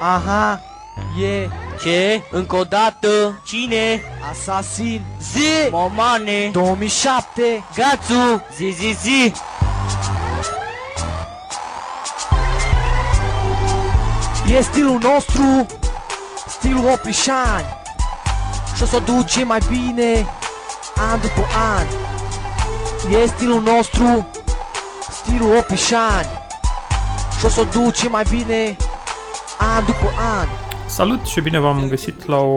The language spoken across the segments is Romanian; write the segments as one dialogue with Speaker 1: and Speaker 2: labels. Speaker 1: Aha, e
Speaker 2: Ce? Încă o dată? Cine?
Speaker 1: Asasin
Speaker 2: Zi! Momane!
Speaker 1: 2007
Speaker 2: Gațu! Zi, zi, zi!
Speaker 1: E stilul nostru Stilul oprișani Și o să o duce mai bine An după an E stilul nostru Stilul oprișani Și o să o duce mai bine An după an
Speaker 3: Salut și bine v-am găsit la o,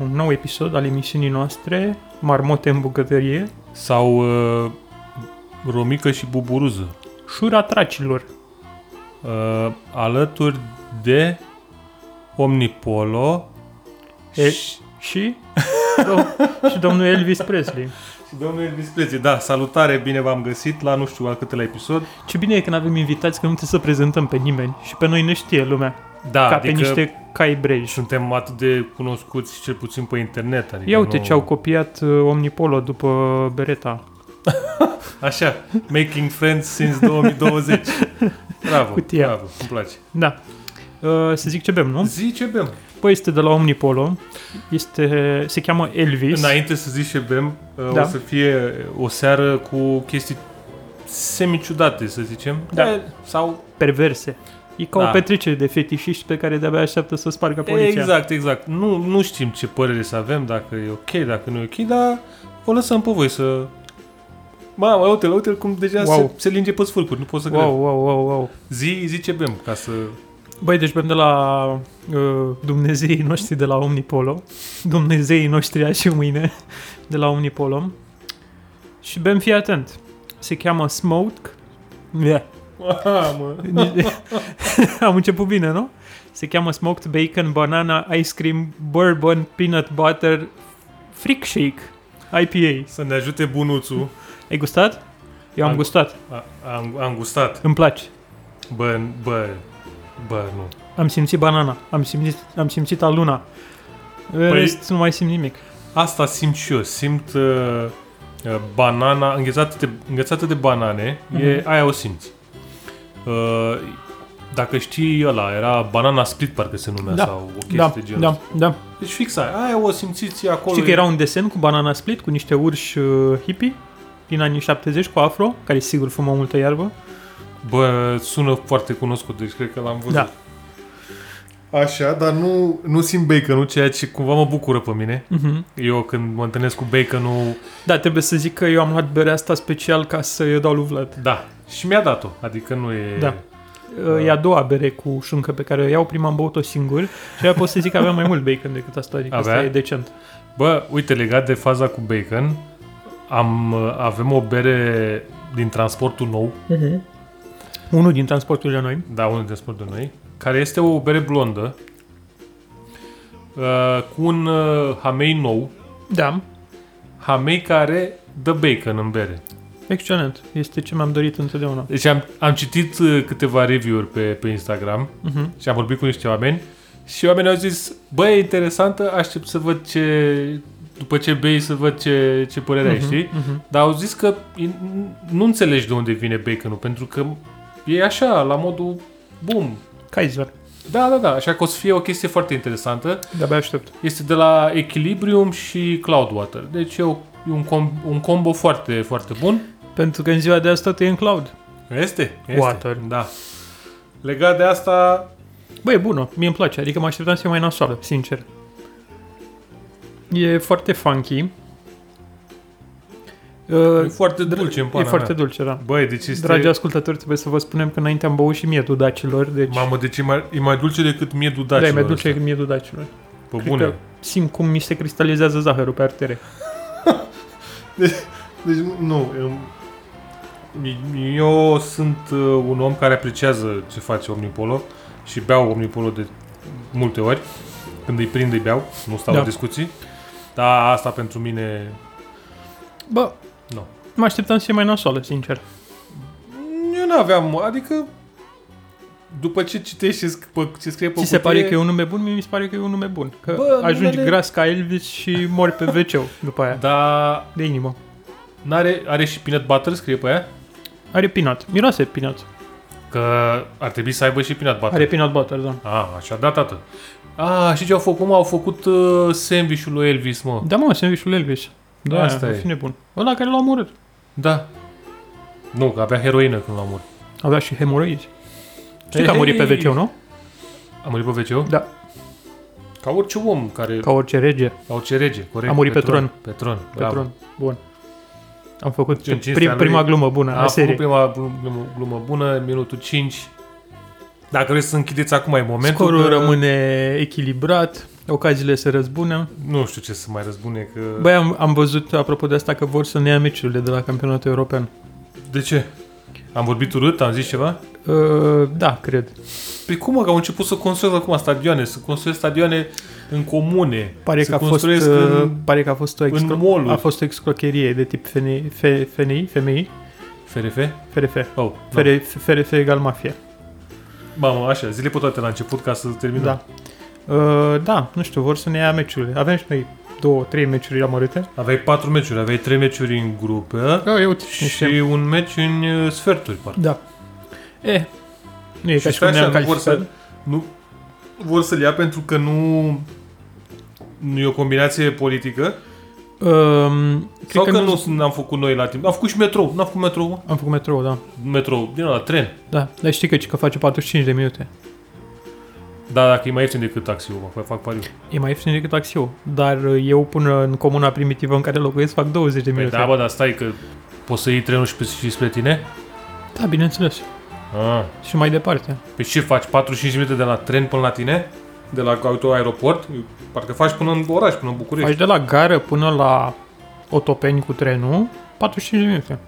Speaker 3: un nou episod al emisiunii noastre, Marmote în bucătărie,
Speaker 4: Sau uh, Romică și Buburuză.
Speaker 3: Șura Tracilor.
Speaker 4: Uh, alături de Omnipolo
Speaker 3: E,
Speaker 4: și
Speaker 3: și, dom- și domnul Elvis Presley.
Speaker 4: și domnul Elvis Presley. Da, salutare, bine v-am găsit la nu știu al câtela episod.
Speaker 3: Ce bine e când avem invitați că nu trebuie să prezentăm pe nimeni și pe noi ne știe lumea,
Speaker 4: Da,
Speaker 3: ca
Speaker 4: adică
Speaker 3: pe niște cai breji.
Speaker 4: suntem atât de cunoscuți cel puțin pe internet. Adică
Speaker 3: Ia uite
Speaker 4: nu-
Speaker 3: ce au copiat uh, Omnipolo după Beretta.
Speaker 4: Așa, Making Friends since 2020. Bravo,
Speaker 3: Cutia.
Speaker 4: bravo, îmi place.
Speaker 3: Da. Uh, să zic ce bem, nu?
Speaker 4: Zi ce bem.
Speaker 3: Păi este de la Omnipolo. Este, se cheamă Elvis.
Speaker 4: Înainte să zici ce bem, da.
Speaker 3: Da.
Speaker 4: o să fie o seară cu chestii semiciudate, să zicem.
Speaker 3: Da.
Speaker 4: E, Sau...
Speaker 3: Perverse. E ca da.
Speaker 4: Da.
Speaker 3: o petrecere de fetișiști pe care de-abia așteaptă să spargă poliția.
Speaker 4: Exact, exact. Nu, nu știm ce părere să avem, dacă e ok, dacă nu e ok, dar o lăsăm pe voi să... Mamă, uite-l, uite-l cum deja wow. se,
Speaker 3: Wow.
Speaker 4: se linge pe sfârcuri, nu pot să wow.
Speaker 3: Wow,
Speaker 4: cred.
Speaker 3: wow, wow, wow.
Speaker 4: Zi, zi ce bem, ca să...
Speaker 3: Băi, deci bem de la uh, Dumnezeii noștri de la Omnipolo. Dumnezeii noștri azi și mâine de la Omnipolo. Și bem, fii atent. Se cheamă Smoke. Yeah.
Speaker 4: Mamă.
Speaker 3: Nici- Am început bine, nu? Se cheamă Smoked Bacon Banana Ice Cream Bourbon Peanut Butter Freak Shake IPA.
Speaker 4: Să ne ajute bunuțul.
Speaker 3: Ai gustat? Eu am
Speaker 4: Am-
Speaker 3: gustat.
Speaker 4: A, am, am gustat.
Speaker 3: Îmi place.
Speaker 4: Bă, n- bă, bă, nu.
Speaker 3: Am simțit banana. Am simțit, am simțit aluna. În
Speaker 4: Păi-
Speaker 3: rest, nu mai simt nimic.
Speaker 4: Asta simt și eu. Simt uh, uh, banana, înghețată de, înghețată de banane. Mm-hmm. E,
Speaker 3: Mhm.
Speaker 4: aia o simți. Uh, dacă știi ăla, era banana split, parcă se numea,
Speaker 3: Da,
Speaker 4: sau o chestie
Speaker 3: Da,
Speaker 4: genul.
Speaker 3: da, da.
Speaker 4: Deci fix aia. Aia o simțiți acolo.
Speaker 3: Știi că era un desen cu banana split, cu niște urși uh, hippie din anii 70 cu afro, care sigur fumă multă iarbă.
Speaker 4: Bă, sună foarte cunoscut, deci cred că l-am văzut.
Speaker 3: Da.
Speaker 4: Așa, dar nu, nu simt bacon-ul, ceea ce cumva mă bucură pe mine.
Speaker 3: Uh-huh.
Speaker 4: Eu când mă întâlnesc cu bacon-ul,
Speaker 3: Da, trebuie să zic că eu am luat berea asta special ca să-i dau lui Vlad.
Speaker 4: da. Și mi-a dat-o. Adică nu e...
Speaker 3: Da. Uh, E a doua bere cu șuncă pe care o iau, prima am băut-o singur și aia pot să zic că aveam mai mult bacon decât asta, adică
Speaker 4: Avea?
Speaker 3: asta e decent.
Speaker 4: Bă, uite, legat de faza cu bacon, am, avem o bere din transportul nou,
Speaker 3: Uh-huh. Unul din transporturile noi.
Speaker 4: da, unul din transportul noi, care este o bere blondă, uh, cu un uh, hamei nou,
Speaker 3: Da,
Speaker 4: hamei care dă bacon în bere.
Speaker 3: excelent. Este ce mi-am dorit întotdeauna.
Speaker 4: Deci am, am citit uh, câteva review-uri pe, pe Instagram
Speaker 3: Uh-huh.
Speaker 4: și am vorbit cu niște oameni și oamenii au zis, bă, e interesantă, aștept să văd ce... După ce bei să văd ce, ce părere ai, știi?
Speaker 3: Uh-huh.
Speaker 4: Dar au zis că nu înțelegi de unde vine baconul, pentru că e așa, la modul bum.
Speaker 3: Kaiser,
Speaker 4: Da, da, da, așa că o să fie o chestie foarte interesantă.
Speaker 3: de-abia aștept.
Speaker 4: Este de la Equilibrium și Cloudwater. Deci e, o, e un, com- un combo foarte, foarte bun.
Speaker 3: Pentru că în ziua de asta e în cloud.
Speaker 4: Este? este.
Speaker 3: Water.
Speaker 4: Da. Legat de asta,
Speaker 3: Băi, e bună, mie îmi place, adică mă așteptam să fie mai nasoală, sincer. E foarte funky. Uh,
Speaker 4: e foarte dulce în
Speaker 3: e
Speaker 4: pana
Speaker 3: foarte
Speaker 4: mea.
Speaker 3: dulce, da.
Speaker 4: Băi, deci este...
Speaker 3: Dragi ascultători, trebuie să vă spunem că înainte am băut și miedul dacilor, deci...
Speaker 4: Mamă, deci e mai, e mai dulce decât miedul
Speaker 3: da,
Speaker 4: dacilor
Speaker 3: e mai dulce
Speaker 4: ăsta.
Speaker 3: decât miedul dacilor.
Speaker 4: Pe
Speaker 3: Cred
Speaker 4: bune.
Speaker 3: că simt cum mi se cristalizează zahărul pe artere.
Speaker 4: Deci, nu, eu, eu sunt uh, un om care apreciază ce face Omnipolo și beau Omnipolo de multe ori. Când îi prind, îi beau, nu stau da.
Speaker 3: Da.
Speaker 4: la discuții. Dar asta pentru mine,
Speaker 3: Bă,
Speaker 4: nu.
Speaker 3: mă așteptam să fie mai nasoală, sincer.
Speaker 4: Eu nu aveam, adică, după ce citești ce, sc- pe, ce scrie pe
Speaker 3: Ți se
Speaker 4: cutie,
Speaker 3: pare că e un nume bun? Mie mi se pare că e un nume bun. Că
Speaker 4: Bă,
Speaker 3: ajungi
Speaker 4: numele- Da.
Speaker 3: gras ca Elvis și mori pe wc după aia.
Speaker 4: Dar
Speaker 3: De inimă.
Speaker 4: n-are, are și peanut butter, scrie pe aia?
Speaker 3: Are pinat. Miroase pinat.
Speaker 4: Că ar trebui să aibă și peanut butter.
Speaker 3: Are peanut butter, da.
Speaker 4: A, așa, da, tată. A, și ce au făcut, mă? Au făcut uh, sandwich-ul lui Elvis, mă.
Speaker 3: Da, mă, sandvișul Elvis. Da,
Speaker 4: Asta
Speaker 3: asta
Speaker 4: e.
Speaker 3: e. nebun. Ăla care l-a omorât.
Speaker 4: Da. Nu, că avea heroină când l-a murit.
Speaker 3: Avea și hemoroizi. Știi că a
Speaker 4: Ei,
Speaker 3: murit pe
Speaker 4: ei,
Speaker 3: wc nu?
Speaker 4: A murit pe wc
Speaker 3: Da.
Speaker 4: Ca orice om care... Ca...
Speaker 3: Ca orice rege.
Speaker 4: orice rege, corect.
Speaker 3: A murit pe tron.
Speaker 4: Pe tron, bravo.
Speaker 3: Pe tron. Bun. Am făcut
Speaker 4: În cinstea
Speaker 3: prim,
Speaker 4: lui-
Speaker 3: prima glumă bună a,
Speaker 4: A
Speaker 3: a
Speaker 4: făcut
Speaker 3: seriei.
Speaker 4: prima glumă, glumă bună, minutul 5. Dacă vreți să închideți acum e momentul.
Speaker 3: Scorul
Speaker 4: că
Speaker 3: rămâne echilibrat, ocaziile se răzbună.
Speaker 4: Nu știu ce să mai răzbune, că...
Speaker 3: Băi, am, am văzut, apropo de asta, că vor să ne ia meciurile de la campionatul european.
Speaker 4: De ce? Am vorbit urât? Am zis ceva?
Speaker 3: Uh, da, cred.
Speaker 4: Păi cum, mă, că au început să construiesc acum stadioane, să construiesc stadioane în comune,
Speaker 3: Pare
Speaker 4: să
Speaker 3: că, a fost,
Speaker 4: construiesc
Speaker 3: uh,
Speaker 4: în
Speaker 3: pare că a fost o
Speaker 4: mall-uri.
Speaker 3: excro- a fost o excrocherie de tip FNI, fe- FNI femei,
Speaker 4: FRF?
Speaker 3: FRF.
Speaker 4: Oh, da.
Speaker 3: FR, FRF egal mafie.
Speaker 4: Mamă, așa, zile pe toate la început ca să terminăm.
Speaker 3: Da. Uh, da, nu știu, vor să ne ia meciurile. Avem și noi două, trei meciuri amărâte.
Speaker 4: Aveai patru meciuri, aveai trei meciuri în grupă
Speaker 3: Oh, eu uite,
Speaker 4: Da, și un meci în uh, sferturi, parcă.
Speaker 3: Da. E, nu e ca
Speaker 4: Și
Speaker 3: și cum
Speaker 4: stai
Speaker 3: ne-am
Speaker 4: așa, nu vor să,
Speaker 3: calificat.
Speaker 4: nu vor să-l ia pentru că nu, nu e o combinație politică
Speaker 3: Um, cred
Speaker 4: sau că,
Speaker 3: că
Speaker 4: nu, nu am făcut noi la timp. Am făcut și metrou, n-am făcut metrou, mă?
Speaker 3: Am făcut metrou, da.
Speaker 4: metrou, din la tren.
Speaker 3: Da, dar știi că, că face 45 de minute.
Speaker 4: Da, dacă e mai ieftin decât taxiul, mă, fac- fac pariu.
Speaker 3: E mai ieftin decât taxiul, dar uh, eu până în comuna primitivă în care locuiesc fac 20 de
Speaker 4: Păi
Speaker 3: minute.
Speaker 4: da, bă, dar stai că poți să iei trenul și, pe, și spre tine?
Speaker 3: da, bineînțeles.
Speaker 4: Ah.
Speaker 3: Și mai departe.
Speaker 4: Pe Păi ce faci? 45 minute de la tren până la tine? De la auto aeroport? Parcă faci până în oraș, până în București.
Speaker 3: Faci de la gară până la Otopeni cu trenul, 45 de minute.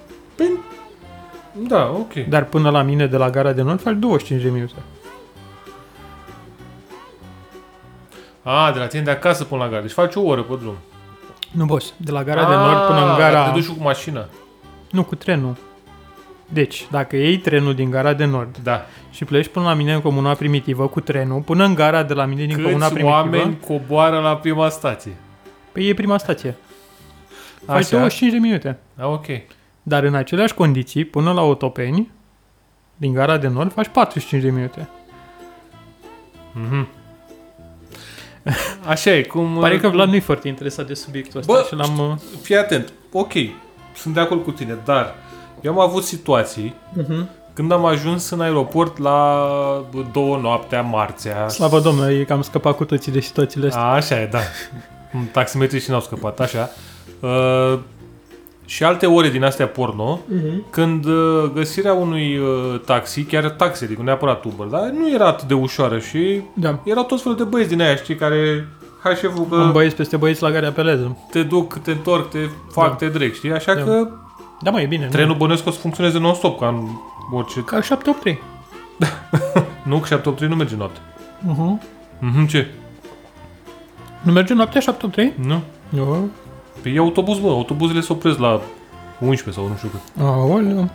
Speaker 4: Da, ok.
Speaker 3: Dar până la mine de la gara de nord faci 25 de minute.
Speaker 4: A, de la tine de acasă până la gara. Deci faci o oră pe drum.
Speaker 3: Nu, boss, de la gara de nord până în gara...
Speaker 4: Ah, Te duci cu mașina.
Speaker 3: Nu, cu trenul. Deci, dacă iei trenul din gara de nord
Speaker 4: Da.
Speaker 3: și pleci până la mine în comuna primitivă cu trenul, până în gara de la mine din comuna
Speaker 4: Câți
Speaker 3: primitivă...
Speaker 4: oameni coboară la prima stație?
Speaker 3: Păi e prima stație. Faci
Speaker 4: Așa.
Speaker 3: 25 de minute.
Speaker 4: A, ok.
Speaker 3: Dar în aceleași condiții, până la Otopeni, din gara de nord, faci 45 de minute.
Speaker 4: Mhm. Așa e, cum...
Speaker 3: Pare că Vlad nu e foarte interesat de subiectul ăsta
Speaker 4: Bă,
Speaker 3: și l-am... uh,
Speaker 4: Fii atent. Ok, sunt de acord cu tine, dar eu am avut situații
Speaker 3: Mhm.
Speaker 4: când am ajuns în aeroport la două noaptea, marțea.
Speaker 3: Slavă Domnului, e că am scăpat cu toții de situațiile astea.
Speaker 4: A, așa e, da. Taximetrii și n-au scăpat, așa. Uh, și alte ore din astea porno,
Speaker 3: Mhm.
Speaker 4: când uh, găsirea unui uh, taxi, chiar taxi, adică neapărat Uber, dar nu era atât de ușoară și
Speaker 3: Da.
Speaker 4: erau toți felul de băieți din aia, știi, care hai șeful că
Speaker 3: Am băieți peste băieți la care apelez.
Speaker 4: te duc, te întorc, te fac,
Speaker 3: Da.
Speaker 4: te drec, știi? Așa
Speaker 3: Da.
Speaker 4: că
Speaker 3: Da, mă, e bine. nu?
Speaker 4: trenul bănuiesc că o să funcționeze non-stop, ca în orice...
Speaker 3: Ca 783.
Speaker 4: Nu, că 783 nu merge noapte.
Speaker 3: Uh-huh.
Speaker 4: Mhm, ce?
Speaker 3: Nu merge noaptea 783?
Speaker 4: Nu?
Speaker 3: Nu.
Speaker 4: Păi e autobuz, bă, autobuzele se opresc la 11 sau nu știu cât.
Speaker 3: Aoleu.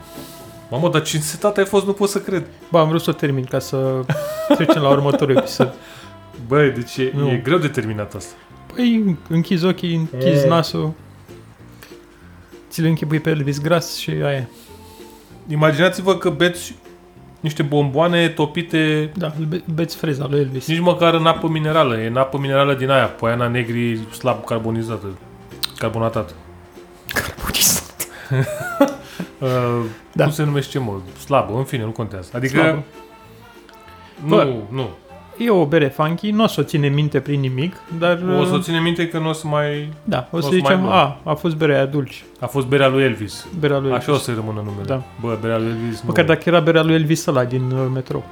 Speaker 4: Mamă, dar ce însetat ai fost, nu pot să cred.
Speaker 3: Bă, am vrut să o termin ca să trecem la următorul episod.
Speaker 4: Băi, deci e,
Speaker 3: Nu.
Speaker 4: e greu de terminat asta.
Speaker 3: Păi închizi ochii, închizi nasul, ți le închipui pe Elvis gras și aia e.
Speaker 4: Imaginați-vă că beți niște bomboane topite
Speaker 3: Da, îl be- beți freza lui Elvis.
Speaker 4: nici măcar în apă minerală. E în apă minerală din aia, poiana negri slab carbonizată. Carbonatată. Uh,
Speaker 3: Da.
Speaker 4: Cum se numește, mă? Slabă, în fine, nu contează. Adică...
Speaker 3: Slabă.
Speaker 4: Nu,
Speaker 3: Bă.
Speaker 4: nu.
Speaker 3: E o bere funky, nu o să o ține minte prin nimic, dar...
Speaker 4: O să o
Speaker 3: uh,
Speaker 4: ține minte că nu o să mai...
Speaker 3: Da, o
Speaker 4: o
Speaker 3: să
Speaker 4: să mai
Speaker 3: zicem,
Speaker 4: bem.
Speaker 3: a, a fost berea aia dulce,
Speaker 4: A fost berea lui Elvis.
Speaker 3: berea lui
Speaker 4: Așa o
Speaker 3: Elvis.
Speaker 4: să rămână numele.
Speaker 3: Da.
Speaker 4: Bă, berea lui Elvis nu...
Speaker 3: Măcar dacă era berea lui Elvis ăla din uh, metrou.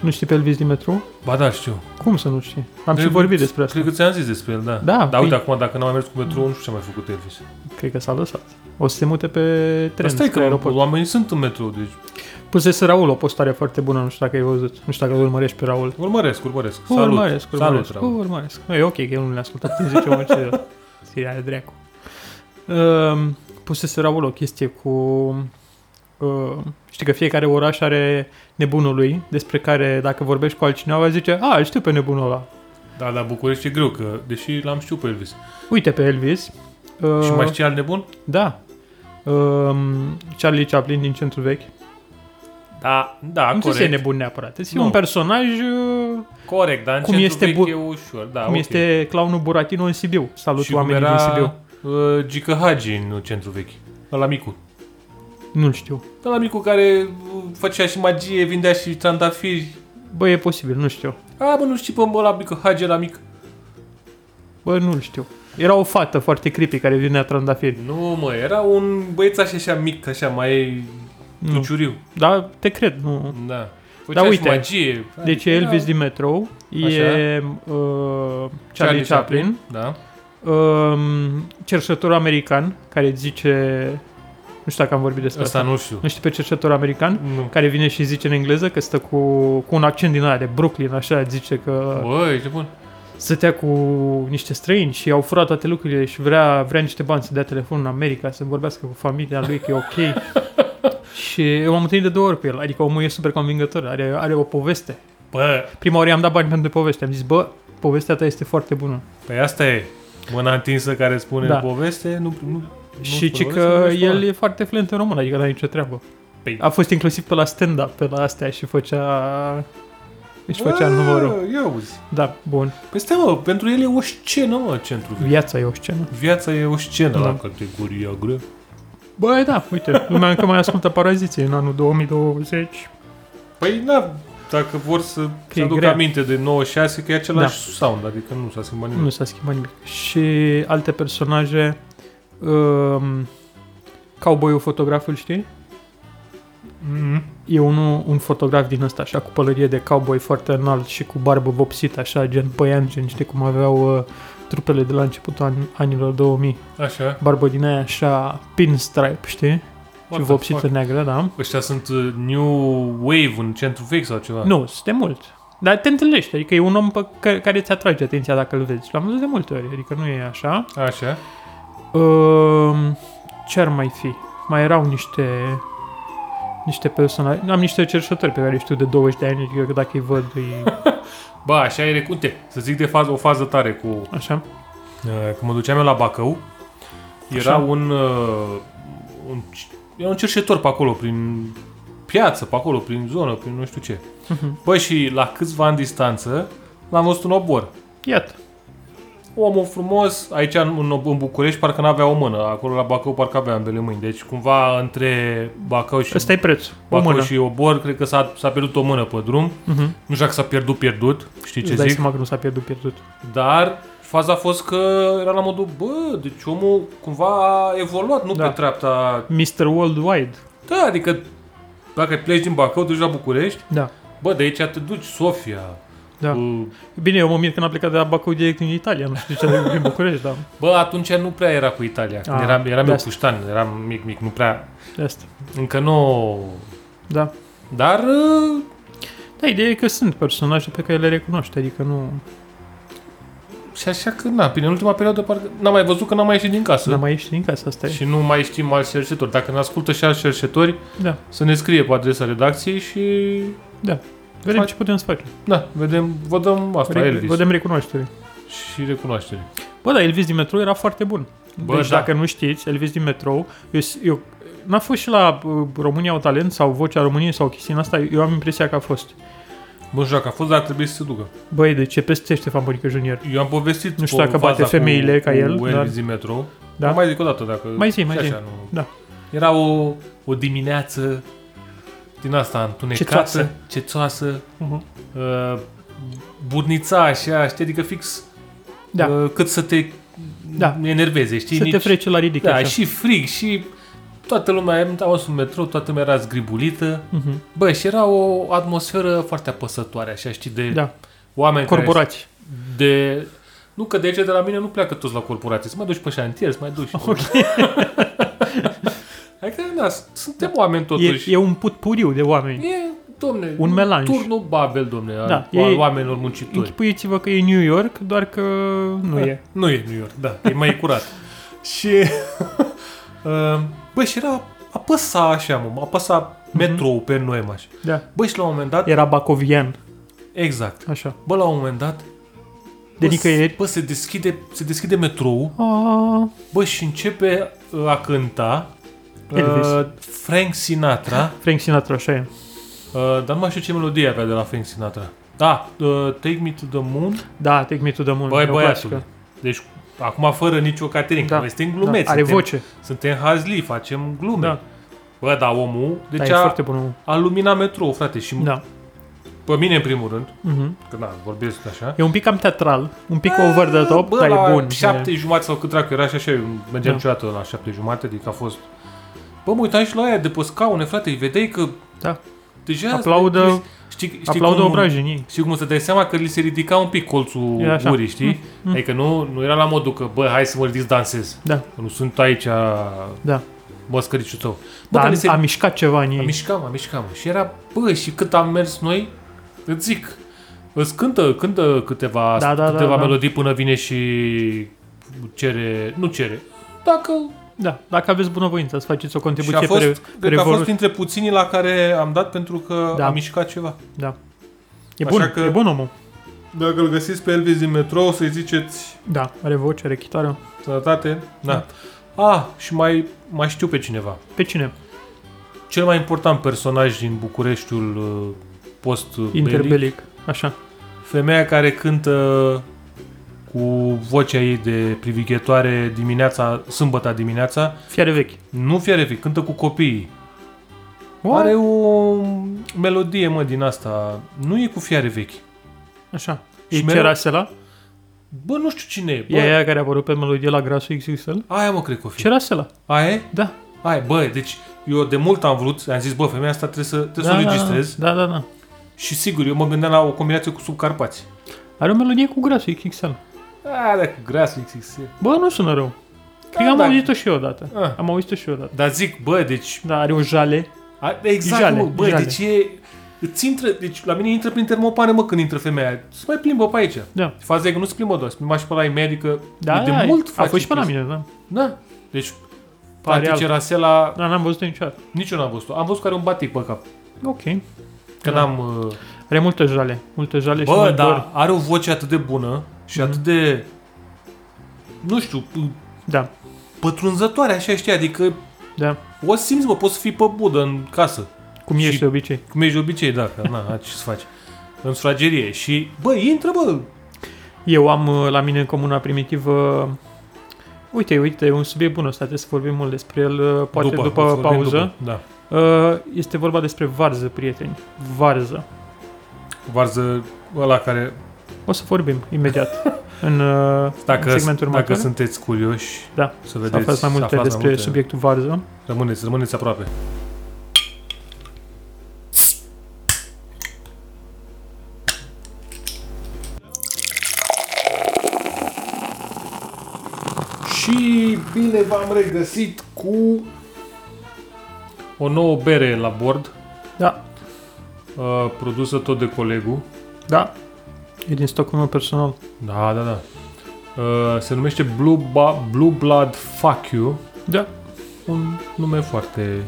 Speaker 3: Nu știi pe Elvis din metrou?
Speaker 4: Ba da, știu.
Speaker 3: Cum să nu știi? Am și
Speaker 4: Cred-
Speaker 3: vorbit despre asta.
Speaker 4: Cred că ți-am zis despre el, da.
Speaker 3: Da,
Speaker 4: Dar uite,
Speaker 3: păi-
Speaker 4: acum, dacă n-am mai mers cu metrou, nu știu ce a mai făcut Elvis.
Speaker 3: Cred că s-a lăsat. O să se mute pe tren.
Speaker 4: Dar stai
Speaker 3: spre
Speaker 4: că
Speaker 3: aeroport.
Speaker 4: oamenii sunt în metrou, deci
Speaker 3: Pusese Raul o postare foarte bună, nu știu dacă ai văzut, nu știu dacă îl urmărești pe Raul.
Speaker 4: urmăresc, urmăresc.
Speaker 3: O
Speaker 4: Salut.
Speaker 3: urmăresc, urmăresc,
Speaker 4: Salut,
Speaker 3: o
Speaker 4: Raul.
Speaker 3: urmăresc. Nu, e ok că el nu le-a ascultat în 10 ori ce Sirea dracu. Uh, pusese Raul o chestie cu... Uh, știi că fiecare oraș are nebunul lui, despre care dacă vorbești cu altcineva zice, a, îl știu pe nebunul ăla.
Speaker 4: Da, dar București e greu, că deși l-am știut pe Elvis.
Speaker 3: Uite pe Elvis. Uh,
Speaker 4: Și mai știi al nebun?
Speaker 3: Da. um, Charlie Chaplin din centrul vechi.
Speaker 4: Da, da,
Speaker 3: nu trebuie să e
Speaker 4: corect.
Speaker 3: nebun neapărat. Este
Speaker 4: Nu.
Speaker 3: un personaj uh,
Speaker 4: Corect, dar în
Speaker 3: Cum
Speaker 4: cum centru
Speaker 3: este
Speaker 4: este vechi
Speaker 3: bu-
Speaker 4: e ușor. Da,
Speaker 3: cum
Speaker 4: ok.
Speaker 3: este clownul Buratino în Sibiu. Salut
Speaker 4: și cum
Speaker 3: oamenii din Sibiu.
Speaker 4: era uh, Gică Hagi în centru vechi. La micu.
Speaker 3: Nu știu.
Speaker 4: La micu care uh, făcea și magie, vindea și trandafiri.
Speaker 3: Bă, e posibil, nu știu.
Speaker 4: A, bă, nu știi, bă, mă, la micu, Hagi la mic.
Speaker 3: Bă, nu știu. Era o fată foarte creepy care vinea trandafiri.
Speaker 4: Nu, mă, era un băiețaș așa mic, așa mai
Speaker 3: Nu.
Speaker 4: tuciuriu.
Speaker 3: Da, te cred, nu.
Speaker 4: Da. Făcea da, uite.
Speaker 3: uite.
Speaker 4: și magie.
Speaker 3: Deci e Elvis din Metro, e uh, Charlie Chaplin,
Speaker 4: Da.
Speaker 3: um, cercetător american care zice, nu știu dacă am vorbit despre
Speaker 4: Asta
Speaker 3: asta,
Speaker 4: nu știu.
Speaker 3: nu știu pe cercetător american,
Speaker 4: Nu.
Speaker 3: care vine și zice în engleză că stă cu, cu un accent din ăla de Brooklyn, așa, zice că
Speaker 4: Bă, ești bun.
Speaker 3: stătea cu niște străini și au furat toate lucrurile și vrea, vrea niște bani să dea telefon în America, să vorbească cu familia lui, că e ok. și eu m-am întâlnit de două ori cu el, adică omul e super convingător, are, are o poveste.
Speaker 4: Bă,
Speaker 3: Prima oară i-am dat bani pentru poveste, am zis, bă, povestea ta este foarte bună.
Speaker 4: păi asta e. Mâna întinsă care spune
Speaker 3: Da.
Speaker 4: da. poveste, nu, nu, nu
Speaker 3: și ci
Speaker 4: spune
Speaker 3: că
Speaker 4: poveste, nu
Speaker 3: el
Speaker 4: spune.
Speaker 3: e foarte fluent în română, adică n-a nicio treabă.
Speaker 4: Păi-
Speaker 3: A fost inclusiv pe la stand-up, pe la astea și făcea... Își făcea
Speaker 4: Bă,
Speaker 3: numărul.
Speaker 4: Ia auzi.
Speaker 3: Da, bun.
Speaker 4: Păi stai mă, pentru el e o scenă, mă, centru.
Speaker 3: Viața e o scenă.
Speaker 4: Viața e o scenă
Speaker 3: Da.
Speaker 4: la categoria grea.
Speaker 3: Bă, da, uite, lumea încă mai ascultă paraziții în anul 2020.
Speaker 4: Păi na, dacă vor să
Speaker 3: e
Speaker 4: se aducă
Speaker 3: grea.
Speaker 4: aminte de 96, că e același da. sound, adică nu s-a schimbat nimic.
Speaker 3: Nu s-a schimbat nimic. Și alte personaje... Um, Cowboyul fotograful, știi?
Speaker 4: Mm.
Speaker 3: E unul, un fotograf din ăsta, așa, cu pălărie de cowboy foarte înalt și cu barbă vopsită, așa, gen păian, gen, știi cum aveau uh, trupele de la începutul an- anilor 2000.
Speaker 4: Așa.
Speaker 3: Barbă din aia, așa, pinstripe, știi?
Speaker 4: What
Speaker 3: și
Speaker 4: the
Speaker 3: vopsită
Speaker 4: fuck?
Speaker 3: neagră, da?
Speaker 4: Ăștia sunt uh, New Wave în centru vechi sau ceva?
Speaker 3: Nu, sunt de mult. Dar te întâlnești, adică e un om pe care, care ți atrage atenția dacă îl vezi. Și L-am văzut de multe ori, adică nu e așa.
Speaker 4: Așa.
Speaker 3: Um, ce ar mai fi? Mai erau niște niște personaje. Am niște cercetători pe care îi știu de 20 de ani, adică că dacă îi văd, îi...
Speaker 4: Ba, așa e recunte. Să zic de fază, o fază tare cu... Uh,
Speaker 3: Așa?
Speaker 4: Când mă duceam eu la Bacău, era
Speaker 3: Așa.
Speaker 4: un... Uh, un era un cerșetor pe acolo, prin piață, pe acolo, prin zonă, prin nu știu ce.
Speaker 3: Mhm.
Speaker 4: Bă, și la câțiva ani distanță, l-am văzut un obor.
Speaker 3: Iată.
Speaker 4: omul frumos, aici în, în- în București parcă n-avea o mână, acolo la Bacău parcă avea ambele mâini, deci cumva între Bacău și,
Speaker 3: Ăsta e prețul. O
Speaker 4: Bacău
Speaker 3: mână.
Speaker 4: și Obor, cred că s-a, s-a pierdut o mână pe drum,
Speaker 3: Mhm.
Speaker 4: nu știu dacă s-a pierdut pierdut, știi ce
Speaker 3: Îți dai
Speaker 4: zic,
Speaker 3: seama că nu s-a pierdut pierdut.
Speaker 4: dar faza a fost că era la modul, bă, deci omul cumva a evoluat, nu
Speaker 3: Da.
Speaker 4: pe treapta,
Speaker 3: Mr. Worldwide.
Speaker 4: da, adică dacă pleci din Bacău, duci la București,
Speaker 3: Da.
Speaker 4: bă, de aici te duci, Sofia,
Speaker 3: Da.
Speaker 4: uh,
Speaker 3: Bine, eu mă mir când am plecat de la Bacău direct în Italia, nu știu ce de din București, dar
Speaker 4: Bă, atunci nu prea era cu Italia, când
Speaker 3: Ah,
Speaker 4: eram, eram
Speaker 3: de
Speaker 4: eu
Speaker 3: asta.
Speaker 4: puștan, eram mic, mic, nu prea,
Speaker 3: de asta.
Speaker 4: încă nu
Speaker 3: Da.
Speaker 4: Dar uh,
Speaker 3: Da, ideea e că sunt personaje pe care le recunoști, adică nu...
Speaker 4: și așa că, na, bine, în ultima perioadă parcă n-am mai văzut că n-am mai ieșit din casă.
Speaker 3: Dar mai ieși din casa asta. E.
Speaker 4: Și nu mai știm alți cercetători. Dacă ne ascultă și alți cercetători,
Speaker 3: Da.
Speaker 4: să ne scrie pe adresa redacției și...
Speaker 3: Vedem ce putem să facem.
Speaker 4: Da, vedem, vă dăm asta,
Speaker 3: Re-
Speaker 4: Elvis.
Speaker 3: vedem recunoaștere.
Speaker 4: Și recunoaștere.
Speaker 3: Bă, da, Elvis din metrou era foarte bun. Bă,
Speaker 4: Bă,
Speaker 3: deci
Speaker 4: da.
Speaker 3: dacă nu știți, Elvis din metrou, eu, s- eu n-a fost și la uh, România au talent sau Vocea României sau chestia în asta, eu am impresia că a fost.
Speaker 4: Bun știu dacă a fost, dar trebuie să se ducă.
Speaker 3: Băi, deci e peste Ștefan Borică Junior.
Speaker 4: Eu am povestit
Speaker 3: Nu știu
Speaker 4: cu
Speaker 3: dacă
Speaker 4: faza
Speaker 3: bate femeile
Speaker 4: cu,
Speaker 3: ca el,
Speaker 4: cu
Speaker 3: dar-
Speaker 4: Elvis din metro.
Speaker 3: Da?
Speaker 4: Da? Mai zic o dată dacă...
Speaker 3: Mai zi, mai
Speaker 4: și
Speaker 3: zi.
Speaker 4: Așa, nu...
Speaker 3: Da.
Speaker 4: Era o, o dimineață din asta întunecată,
Speaker 3: Cețoasă.
Speaker 4: cețoasă,
Speaker 3: Mhm.
Speaker 4: uh, burnița așa, știi, adică fix
Speaker 3: Da.
Speaker 4: uh, cât să te
Speaker 3: Da.
Speaker 4: enerveze, știi?
Speaker 3: Să te frece la ridică.
Speaker 4: da,
Speaker 3: așa.
Speaker 4: și frig și toată lumea, am ajuns în metro, toată lumea era zgribulită.
Speaker 3: Mhm.
Speaker 4: Bă, și era o atmosferă foarte apăsătoare, așa, știi, de
Speaker 3: Da,
Speaker 4: oameni care
Speaker 3: corporați.
Speaker 4: de... Nu că de aici de la mine nu pleacă toți la corporație. Să mai duci pe șantier, să mai duci. Ok. adică, da, s- suntem oameni totuși.
Speaker 3: E, e un put puriu de oameni.
Speaker 4: e domne,
Speaker 3: un melanj.
Speaker 4: Turnul Babel, domne, al,
Speaker 3: Da,
Speaker 4: da,
Speaker 3: e-
Speaker 4: al oamenilor muncitori.
Speaker 3: Închipuiți-vă că e New York, doar că nu e.
Speaker 4: Nu e New York, da, e mai curat. și... uh, bă, și era... Apăsa așa, mă, apăsa
Speaker 3: Mhm.
Speaker 4: metrou pe noi, mă, așa.
Speaker 3: Da.
Speaker 4: Bă, și la un moment dat...
Speaker 3: Era bacovian,
Speaker 4: Exact.
Speaker 3: așa.
Speaker 4: Bă, la un moment dat...
Speaker 3: De
Speaker 4: bă,
Speaker 3: nicăieri.
Speaker 4: Bă, se deschide, se deschide metrou
Speaker 3: A,
Speaker 4: Bă, și începe uh, a ă, cânta
Speaker 3: Elvis.
Speaker 4: Uh, Frank Sinatra,
Speaker 3: Frank Sinatra, așa e.
Speaker 4: uh, dar nu mai știu ce melodie avea de la Frank Sinatra. Da, uh, Take Me to the Moon.
Speaker 3: Da, Take Me to the Moon.
Speaker 4: Băi,
Speaker 3: e o
Speaker 4: băiatul.
Speaker 3: clasică.
Speaker 4: Deci, acum fără nicio catering,
Speaker 3: Da.
Speaker 4: da. suntem
Speaker 3: Da,
Speaker 4: glumeți.
Speaker 3: are
Speaker 4: suntem,
Speaker 3: voce.
Speaker 4: Suntem hazli, facem glume.
Speaker 3: Da.
Speaker 4: Da. Bă, dar omul,
Speaker 3: Da,
Speaker 4: deci
Speaker 3: e
Speaker 4: a,
Speaker 3: foarte bun omul.
Speaker 4: a luminat metrou, frate, și da.
Speaker 3: Da.
Speaker 4: pe mine în primul rând,
Speaker 3: Mhm.
Speaker 4: că na, vorbesc așa.
Speaker 3: E un pic cam teatral, un pic over the top,
Speaker 4: bă,
Speaker 3: dar
Speaker 4: la
Speaker 3: e bun.
Speaker 4: șapte
Speaker 3: E-
Speaker 4: jumate sau cât dracu era și așa, eu mergeam
Speaker 3: Da.
Speaker 4: da. niciodată la șapte jumate, adică a fost... Bă, mă uitam și la aia de pe scaune, frate, îi vedeai că
Speaker 3: Da.
Speaker 4: deja...
Speaker 3: Aplaudă-
Speaker 4: știi, știi
Speaker 3: Aplaudă
Speaker 4: cum-
Speaker 3: obraje în ei.
Speaker 4: Și cum să dai seama că li se ridica un pic
Speaker 3: Era
Speaker 4: colțul
Speaker 3: așa.
Speaker 4: gurii, știi?
Speaker 3: Mm,
Speaker 4: Mm, mm. Adică nu, nu era la modul că, bă, hai să mă ridic să dansez.
Speaker 3: Da,
Speaker 4: Nu sunt aici
Speaker 3: da.
Speaker 4: măscăriciul tău. Bă,
Speaker 3: Dar
Speaker 4: dar
Speaker 3: Da, a,
Speaker 4: li se...
Speaker 3: a mișcat ceva în
Speaker 4: Am
Speaker 3: ei.
Speaker 4: mișcam, am mișcam. Și era, bă, și cât am mers noi, îți zic, îți cântă, cântă câteva,
Speaker 3: Da, da, da,
Speaker 4: câteva
Speaker 3: da.
Speaker 4: melodii până vine și cere, nu cere, dacă
Speaker 3: Da, dacă aveți bunăvoință să faceți o
Speaker 4: și a
Speaker 3: contribuție
Speaker 4: fost,
Speaker 3: pre,
Speaker 4: cred că a fost
Speaker 3: revolu-
Speaker 4: dintre puținii la care am dat pentru că
Speaker 3: Da.
Speaker 4: da. a mișcat ceva.
Speaker 3: Da. E
Speaker 4: Așa
Speaker 3: bun,
Speaker 4: că-
Speaker 3: e bun omul.
Speaker 4: Dacă îl găsiți pe Elvis din metrou, să-i ziceți
Speaker 3: Da, are voce, are chitară.
Speaker 4: sănătate, da. Ah, și mai, mai știu pe cineva.
Speaker 3: Pe cine?
Speaker 4: Cel mai important personaj din Bucureștiul uh, post uh,
Speaker 3: Interbelic. Așa.
Speaker 4: Femeia care cântă cu vocea ei de privighetoare dimineața, sâmbătă dimineața,
Speaker 3: Fiare vechi.
Speaker 4: nu fierevi, cântă cu copiii.
Speaker 3: Oare?
Speaker 4: Are o melodie, mă, din asta. Nu e cu fiare vechi.
Speaker 3: Așa.
Speaker 4: Și
Speaker 3: E
Speaker 4: mereu-
Speaker 3: Cerasela?
Speaker 4: Bă, nu știu cine e. Bă,
Speaker 3: E aia care a apărut pe melodie la Grasul XXL?
Speaker 4: aia mă, cred că o fi.
Speaker 3: Cerasela.
Speaker 4: Aia e?
Speaker 3: Da.
Speaker 4: Aia e. Bă, deci eu de mult am vrut, am zis, bă, femeia asta trebuie să, trebuie
Speaker 3: da,
Speaker 4: să o registrez.
Speaker 3: Da, da, da.
Speaker 4: Și sigur, eu mă gândeam la o combinație cu subcarpați.
Speaker 3: Are o melodie cu grasul XXL.
Speaker 4: A, dacă grasul XXL.
Speaker 3: Bă, nu sună rău. Cred că
Speaker 4: Da,
Speaker 3: am
Speaker 4: da.
Speaker 3: auzit-o și eu odată.
Speaker 4: Ah.
Speaker 3: Am auzit-o și eu odată.
Speaker 4: Dar zic, bă, deci
Speaker 3: Da, are o jale.
Speaker 4: A, exact,
Speaker 3: Jale,
Speaker 4: jale, mă, bă,
Speaker 3: jale.
Speaker 4: deci e, îți intră, deci la mine intră prin termopane, mă, când intră femeia. Se mai plimbă pe aici.
Speaker 3: Da.
Speaker 4: Faza e că nu se plimbă doar, se plimbă și pe la ei medică.
Speaker 3: Da,
Speaker 4: de
Speaker 3: da,
Speaker 4: mult
Speaker 3: a
Speaker 4: face
Speaker 3: fost și pe la
Speaker 4: chestia.
Speaker 3: mine, da.
Speaker 4: Da. Deci,
Speaker 3: Pare
Speaker 4: practic,
Speaker 3: alb.
Speaker 4: Cerasela,
Speaker 3: Dar n-am văzut-o niciodată.
Speaker 4: nici eu n-am văzut-o. Am văzut că are un batic pe cap.
Speaker 3: Ok.
Speaker 4: Că
Speaker 3: Da. Deci
Speaker 4: n-am... uh,
Speaker 3: Are multe jale. Multe jale și
Speaker 4: Bă, da.
Speaker 3: mult dor.
Speaker 4: dar are o voce atât de bună și atât de... Nu știu,
Speaker 3: Da,
Speaker 4: pătrunzătoare, așa știi, adică
Speaker 3: da.
Speaker 4: o simți, mă, poți să fii pe budă în casă.
Speaker 3: Cum ești
Speaker 4: Și-
Speaker 3: de obicei.
Speaker 4: Cum ești de obicei, da, că na, ai ce să faci. În sufragerie și, bă, intră, bă,
Speaker 3: Eu am uh, la mine în comuna primitivă... Uite, uite, e un subiect bun ăsta, trebuie să vorbim mult despre el, uh, poate după,
Speaker 4: îți
Speaker 3: după
Speaker 4: vorbim
Speaker 3: pauză.
Speaker 4: După, da.
Speaker 3: Uh, Este vorba despre varză, prieteni. Varză.
Speaker 4: Varză ăla care,
Speaker 3: O să vorbim imediat în, uh,
Speaker 4: dacă,
Speaker 3: în segmentul
Speaker 4: dacă
Speaker 3: următor.
Speaker 4: sunteți curioși,
Speaker 3: Da.
Speaker 4: să
Speaker 3: Să
Speaker 4: vedeți,
Speaker 3: aflați mai
Speaker 4: să
Speaker 3: multe
Speaker 4: aflați
Speaker 3: despre subiectul varză.
Speaker 4: Rămâneți, rămâneți aproape. Și bine v-am regăsit cu o nouă bere la bord,
Speaker 3: Da,
Speaker 4: uh, produsă tot de colegul.
Speaker 3: da. E din stocul meu personal.
Speaker 4: Da, da, da. Uh, se numește Blue, ba- Blue Blood Fuck You.
Speaker 3: Da.
Speaker 4: Un nume foarte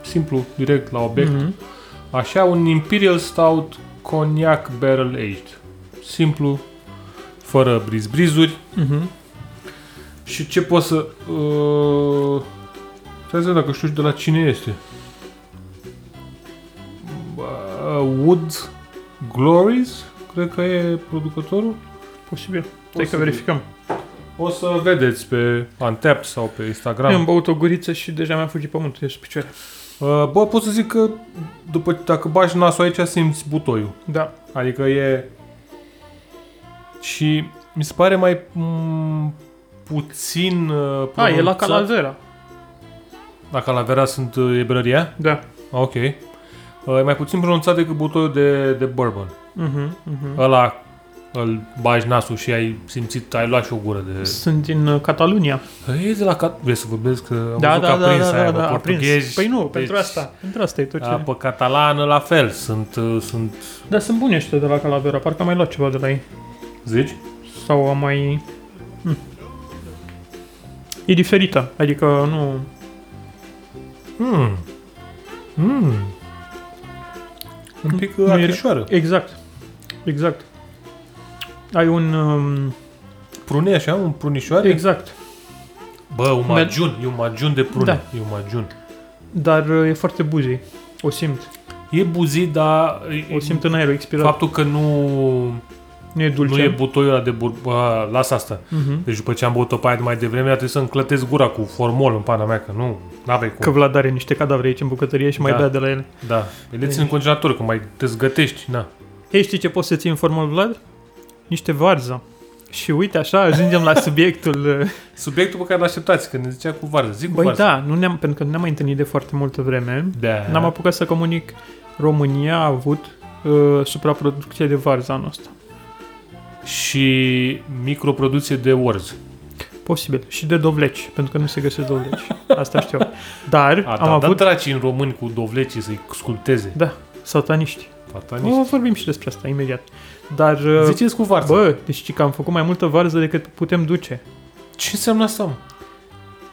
Speaker 4: simplu, direct la obiect. Mm-hmm.
Speaker 3: Mhm.
Speaker 4: Așa, un Imperial Stout Cognac Barrel Aged. Simplu, fără briz-brizuri.
Speaker 3: Mhm.
Speaker 4: Și ce pot să... Uh, stai să văd dacă știu și de la cine este. Uh, Wood Glories, cred că e producătorul.
Speaker 3: Posibil. Stai că
Speaker 4: Posibil.
Speaker 3: verificăm.
Speaker 4: O să vedeți pe Antept sau pe Instagram.
Speaker 3: Eu am băut o guriță și deja mi-a fugit pământul de sub picioare.
Speaker 4: Uh, Bă, pot să zic că după, dacă bagi nasul aici, simți butoiul.
Speaker 3: Da.
Speaker 4: Adică e... Și mi se pare mai m- puțin... Uh,
Speaker 3: A, e la
Speaker 4: pronunțat-
Speaker 3: Calavera.
Speaker 4: La Calavera sunt uh, e brăria?
Speaker 3: Da.
Speaker 4: Ah, Ok. Uh, e mai puțin pronunțat decât butoiul de, de bourbon.
Speaker 3: Mhm, mhm.
Speaker 4: Ăla îl bagi nasul și ai simțit, ai luat și o gură de... Păi,
Speaker 3: Sunt din uh, Catalunia.
Speaker 4: E de la Cat... Vrei să vorbesc că am
Speaker 3: Da,
Speaker 4: văzut
Speaker 3: da,
Speaker 4: că a
Speaker 3: da,
Speaker 4: prins
Speaker 3: da, da,
Speaker 4: aia,
Speaker 3: da,
Speaker 4: bă,
Speaker 3: a prins.
Speaker 4: portughezi.
Speaker 3: Păi nu,
Speaker 4: Deci-
Speaker 3: pentru asta. Pentru asta e tot ce...
Speaker 4: Apă Da, catalană la fel, sunt, uh, sunt...
Speaker 3: Da, sunt buni ăștia de la Calavera. Parcă am mai luat ceva de la ei.
Speaker 4: Zici?
Speaker 3: Sau am mai... Hm. E diferită. Adică nu... Hmm.
Speaker 4: Mm. Mm. Un pic
Speaker 3: Nu
Speaker 4: uh,
Speaker 3: e-
Speaker 4: acrișoară.
Speaker 3: Exact. Exact. Ai un... um,
Speaker 4: Prune așa, un prunișoare?
Speaker 3: Exact.
Speaker 4: Bă, un magiun, e un magiun de prune.
Speaker 3: Da.
Speaker 4: Da. E un magiun.
Speaker 3: Dar uh, e foarte buji. O simt.
Speaker 4: E buzit, dar
Speaker 3: O simt în aer, o expirat.
Speaker 4: faptul că nu
Speaker 3: Nu e dulce.
Speaker 4: Nu e butoiul ăla de bur... A, las asta.
Speaker 3: Mhm.
Speaker 4: Deci după ce am băut-o pe aia de mai devreme, trebuie să înclătesc gura cu formol în pana mea, că nu, n-avei cum.
Speaker 3: Că Vlad are niște cadavre aici în bucătărie și mai
Speaker 4: Da.
Speaker 3: bea de la ele.
Speaker 4: Da. Le țin în congelator, că mai te zgătești, na.
Speaker 3: Ei, știi ce poți să ții în formă, Vlad? Niște varză. Și uite, așa ajungem la subiectul... uh,
Speaker 4: Subiectul pe care l-așteptați, că ne zicea cu varză. Zic cu
Speaker 3: Băi,
Speaker 4: varză.
Speaker 3: da, nu ne-am, pentru că nu ne-am mai întâlnit de foarte multă vreme.
Speaker 4: Da.
Speaker 3: N-am apucat să comunic. România a avut uh, supraproducție de varză anul ăsta.
Speaker 4: Și microproducție de orz.
Speaker 3: Posibil. Și de dovleci, pentru că nu se găsesc dovleci. Asta știu. Dar
Speaker 4: A,
Speaker 3: am
Speaker 4: da, avut... Da.
Speaker 3: avut
Speaker 4: draci în români cu dovlecii să-i sculteze.
Speaker 3: sataniști.
Speaker 4: Fataniști.
Speaker 3: O, vorbim și despre asta imediat. Dar, uh,
Speaker 4: Ziceți cu varză. Bă.
Speaker 3: bă, deci știi că am făcut mai multă varză decât putem duce.
Speaker 4: Ce înseamnă asta, mă?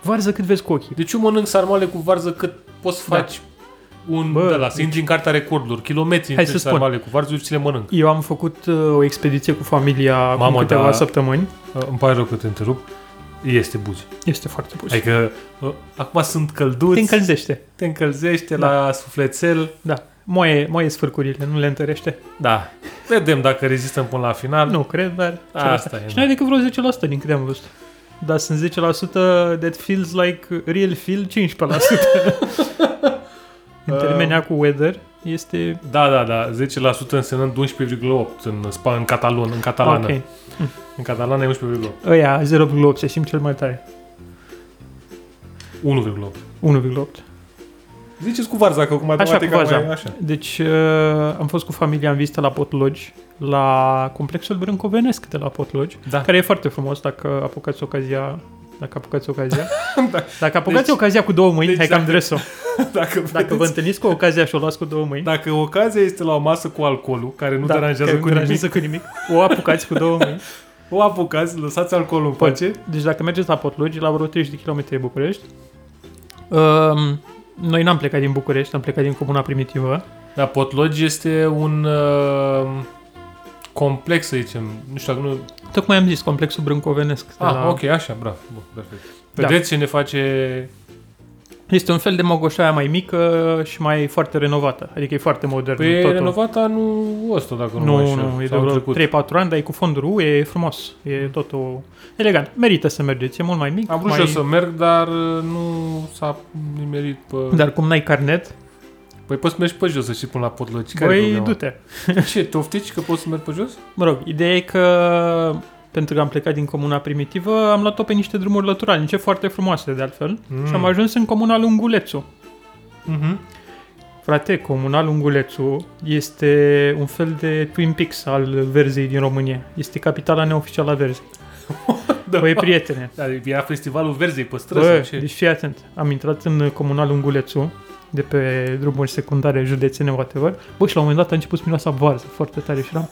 Speaker 3: Varză cât vezi cu ochii.
Speaker 4: Deci eu mănânc sarmale cu varză cât poți să
Speaker 3: Da.
Speaker 4: faci un...
Speaker 3: Bă,
Speaker 4: Bă, deci- de la, să intri în cartea recordurilor, kilometri
Speaker 3: Hai
Speaker 4: întregi
Speaker 3: să spun.
Speaker 4: sarmale cu varză și ți le mănânc.
Speaker 3: Eu am făcut uh, o expediție cu familia Mamă, acum
Speaker 4: Mamă,
Speaker 3: câteva da.
Speaker 4: da.
Speaker 3: săptămâni.
Speaker 4: Uh, Îmi pare rău că te întrerup. Este buzi.
Speaker 3: Este foarte pus.
Speaker 4: Adică uh, acum sunt călduți,
Speaker 3: Te încălzește.
Speaker 4: te încălzește
Speaker 3: Da.
Speaker 4: la sufletel.
Speaker 3: Da. Moaie, moaie sfârcurile, nu le întărește.
Speaker 4: Da. Vedem dacă rezistăm până la final.
Speaker 3: Nu cred, dar...
Speaker 4: Asta e,
Speaker 3: Și
Speaker 4: da.
Speaker 3: n-ai decât vreo 10% din câte am văzut. Dar sunt 10% that feels like real feel 15%. în termenea cu weather este...
Speaker 4: Da, da, da. 10% însemnând 11,8 în, spa, în catalon, în catalană.
Speaker 3: Ok.
Speaker 4: În catalană e 11,8.
Speaker 3: Ăia 0,8 se simt cel mai tare.
Speaker 4: 1,8.
Speaker 3: 1,8.
Speaker 4: Ziceți cu varza, că cu
Speaker 3: Așa cu
Speaker 4: matematica
Speaker 3: vaza.
Speaker 4: mai așa.
Speaker 3: Deci uh, am fost cu familia în vizită la Potlogi, la complexul Brâncovenesc de la Potlogi,
Speaker 4: Da.
Speaker 3: care e foarte frumos dacă apucați ocazia dacă apucați ocazia.
Speaker 4: Da.
Speaker 3: Dacă apucați
Speaker 4: Deci-
Speaker 3: ocazia cu două mâini,
Speaker 4: deci
Speaker 3: hai că am
Speaker 4: dacă-
Speaker 3: dres-o.
Speaker 4: Dacă,
Speaker 3: Dacă vă întâlniți cu ocazia și o luați cu două mâini,
Speaker 4: dacă ocazia este la o masă cu alcoolul, care Da, nu da, deranjează
Speaker 3: că
Speaker 4: cu
Speaker 3: nu
Speaker 4: nimic,
Speaker 3: deranjează cu nimic, o apucați cu două mâini.
Speaker 4: o apucați, lăsați alcoolul în pace.
Speaker 3: Deci dacă mergeți la Potlogi, la vreo 30 de km de București, um, noi n-am plecat din București, am plecat din Comuna Primitivă.
Speaker 4: Da, Potlogi este un uh, complex, să zicem. Nu știu dacă nu...
Speaker 3: Tocmai am zis, complexul Brâncovenesc. de
Speaker 4: Ah,
Speaker 3: la-
Speaker 4: ok, așa, bravo. Bun, perfect.
Speaker 3: Da.
Speaker 4: Vedeți ce ne face...
Speaker 3: Este un fel de mogoșaia mai mică și mai foarte renovată. Adică e foarte modern
Speaker 4: Păi e
Speaker 3: totul.
Speaker 4: renovat anul ăsta, dacă nu, mă
Speaker 3: nu,
Speaker 4: înșel.
Speaker 3: nu, e de
Speaker 4: Sau
Speaker 3: vreo
Speaker 4: trecut. Mm.
Speaker 3: 3-4 ani, dar e cu fonduri U, e frumos. E totul elegant. Merită să mergeți, e mult mai mic.
Speaker 4: Am vrut
Speaker 3: mai...
Speaker 4: și eu să merg, dar uh, nu s-a nimerit pe...
Speaker 3: Dar cum n-ai carnet,
Speaker 4: Păi poți să mergi pe jos să și până la Potlogi. Care
Speaker 3: băi, du-te.
Speaker 4: Ce, te oftici că poți să mergi pe jos?
Speaker 3: Mă rog, ideea e că pentru că am plecat din comuna primitivă, am luat-o pe niște drumuri lăturalnice foarte frumoase, de altfel. Mm.
Speaker 4: Mm.
Speaker 3: Și am ajuns în comuna Lungulețu.
Speaker 4: Mhm.
Speaker 3: Frate, comuna Lungulețu este un fel de Twin Peaks al verzei din România. Este capitala neoficială a verzei.
Speaker 4: Da.
Speaker 3: Păi, prietene,
Speaker 4: Dar Era festivalul verzei pe străzi, sau
Speaker 3: Bă,
Speaker 4: ce?
Speaker 3: deci fii atent. Am intrat în comuna Lungulețu, de pe drumuri secundare, județene, whatever. Bă, și la un moment dat a început să miroase a varză foarte tare și eram...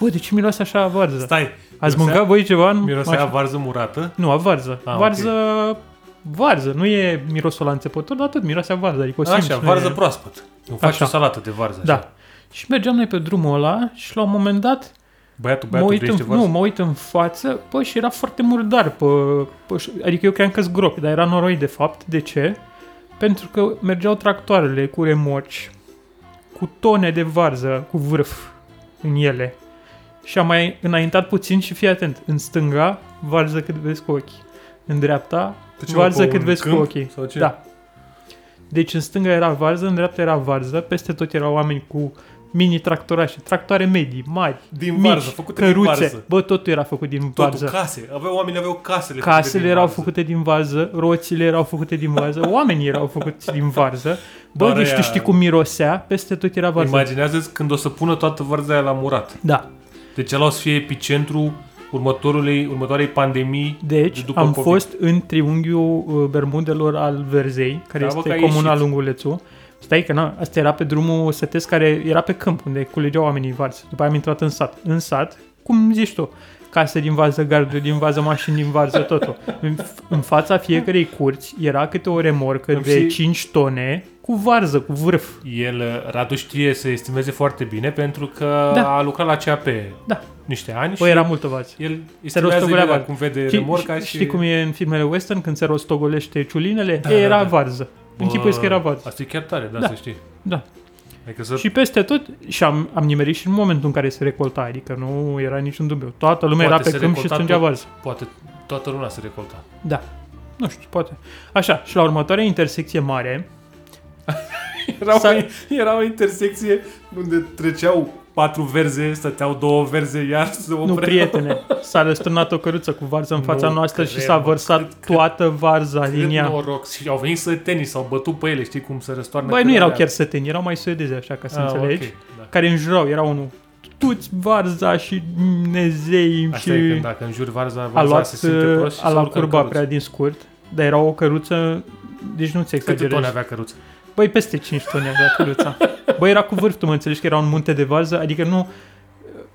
Speaker 3: Bă, de ce miroase așa a varză?
Speaker 4: Stai,
Speaker 3: Ați
Speaker 4: mirosea-
Speaker 3: mâncat voi ceva în
Speaker 4: Mirosea
Speaker 3: mașină?
Speaker 4: varză murată?
Speaker 3: Nu, a varză.
Speaker 4: Ah,
Speaker 3: varză... Varză, nu e mirosul la înțepător, dar tot miroase a varză. Adică o simți,
Speaker 4: Așa,
Speaker 3: nu
Speaker 4: varză
Speaker 3: e...
Speaker 4: proaspăt. Îmi faci
Speaker 3: Așa.
Speaker 4: o salată de varză. așa.
Speaker 3: Da. Și mergeam noi pe drumul ăla și la un moment dat
Speaker 4: Băiatul,
Speaker 3: mă
Speaker 4: băiatul,
Speaker 3: uit,
Speaker 4: vrei
Speaker 3: în,
Speaker 4: niște varză?
Speaker 3: nu, mă uit în față, bă, și era foarte murdar. Pe, pe, adică eu cream că gropi, dar era noroi de fapt. De ce? Pentru că mergeau tractoarele cu remorci, cu tone de varză, cu vârf în ele. Și am mai înaintat puțin și fii atent. În stânga, varză cât vezi cu ochii. În dreapta,
Speaker 4: Pe ce, mă,
Speaker 3: varză
Speaker 4: pe
Speaker 3: cât
Speaker 4: un
Speaker 3: vezi cu
Speaker 4: câmp
Speaker 3: ochii.
Speaker 4: Sau ce?
Speaker 3: Da. Deci în stânga era varză, în dreapta era varză, peste tot erau oameni cu mini tractorașe, tractoare medii, mari,
Speaker 4: Din
Speaker 3: mici,
Speaker 4: varză, făcute din
Speaker 3: căruțe.
Speaker 4: varză.
Speaker 3: Bă, totul era făcut din
Speaker 4: Totul,
Speaker 3: varză.
Speaker 4: case. Aveau, oamenii aveau casele
Speaker 3: Casele erau
Speaker 4: varză.
Speaker 3: făcute din varză, roțile erau făcute din varză, oamenii erau făcuți din varză. Bă,
Speaker 4: Doar
Speaker 3: deci tu
Speaker 4: aia-
Speaker 3: știi cum mirosea, peste tot era varză.
Speaker 4: Imaginează-ți când o să pună toată varza aia la murat.
Speaker 3: Da.
Speaker 4: Deci ăla o să fie epicentru următorului, următoarei pandemii
Speaker 3: Deci
Speaker 4: de după
Speaker 3: am
Speaker 4: COVID.
Speaker 3: fost în triunghiul uh, Bermudelor al Verzei, care
Speaker 4: Bravo
Speaker 3: este
Speaker 4: că ai
Speaker 3: comuna
Speaker 4: ieșit.
Speaker 3: Lungulețu. Stai că na, asta era pe drumul sătesc care era pe câmp, unde culegeau oamenii varzi. După aia am intrat în sat. În sat, cum zici tu, case din vază, garduri din vază, mașini din vază, totul. În, în fața fiecarei curți era câte o remorcă
Speaker 4: Îmi
Speaker 3: de
Speaker 4: și-
Speaker 3: 5 tone cu varză, cu vârf.
Speaker 4: El, uh, Radu știe să estimeze foarte bine pentru că
Speaker 3: Da.
Speaker 4: da. Păi a lucrat la CAP
Speaker 3: Da.
Speaker 4: niște ani
Speaker 3: O,
Speaker 4: și
Speaker 3: era multă varză.
Speaker 4: el estimează
Speaker 3: rostogolea
Speaker 4: el
Speaker 3: varză.
Speaker 4: cum vede
Speaker 3: Știi-
Speaker 4: remorca
Speaker 3: știi-
Speaker 4: și...
Speaker 3: Știi cum e în filmele western când se rostogolește ciulinele? Da, era
Speaker 4: da, da.
Speaker 3: varză. Închipuiesc că era varză.
Speaker 4: Asta e chiar tare, da,
Speaker 3: Da.
Speaker 4: da. să știi.
Speaker 3: Da.
Speaker 4: Adică să
Speaker 3: Și peste tot, și am, am nimerit și în momentul în care se recolta, adică nu era niciun dubiu. Toată lumea
Speaker 4: Poate
Speaker 3: era
Speaker 4: se
Speaker 3: pe câmp și
Speaker 4: recolta
Speaker 3: strângea
Speaker 4: tot.
Speaker 3: varză.
Speaker 4: poate toată luna se recolta.
Speaker 3: Da. Nu știu, poate. Așa, și la următoarea intersecție mare,
Speaker 4: Era,
Speaker 3: Sau-
Speaker 4: o, era o intersecție unde treceau patru verze, stăteau două verze, iar se
Speaker 3: nu
Speaker 4: opreau.
Speaker 3: prietene, s-a răsturnat o căruță cu varză în fața
Speaker 4: Nu
Speaker 3: noastră și
Speaker 4: cred,
Speaker 3: s-a
Speaker 4: mă,
Speaker 3: vărsat toată varza
Speaker 4: Cât
Speaker 3: din ea.
Speaker 4: noroc. Și au venit sătenii, s-au bătut pe ele, știi cum se răstoarnă.
Speaker 3: Băi,
Speaker 4: când
Speaker 3: nu erau
Speaker 4: alea.
Speaker 3: chiar săteni, erau mai suedezi, așa, ca să
Speaker 4: da. Ah,
Speaker 3: înțelegi.
Speaker 4: ok, da.
Speaker 3: Care înjurau, era unul tuți varza și nezei și...
Speaker 4: Asta e când dacă înjuri varza, varza
Speaker 3: a luat, uh,
Speaker 4: se simte prost și
Speaker 3: a
Speaker 4: se
Speaker 3: luat
Speaker 4: urcă în
Speaker 3: curba
Speaker 4: căruță.
Speaker 3: prea din scurt, dar era o căruță, deci nu-ți
Speaker 4: Câte tone
Speaker 3: exagerezi.
Speaker 4: avea căruța?
Speaker 3: Băi, peste 5 tone avea căruța. Băi, era cu vârf, tu mă înțelegi că era un munte de varză, adică nu...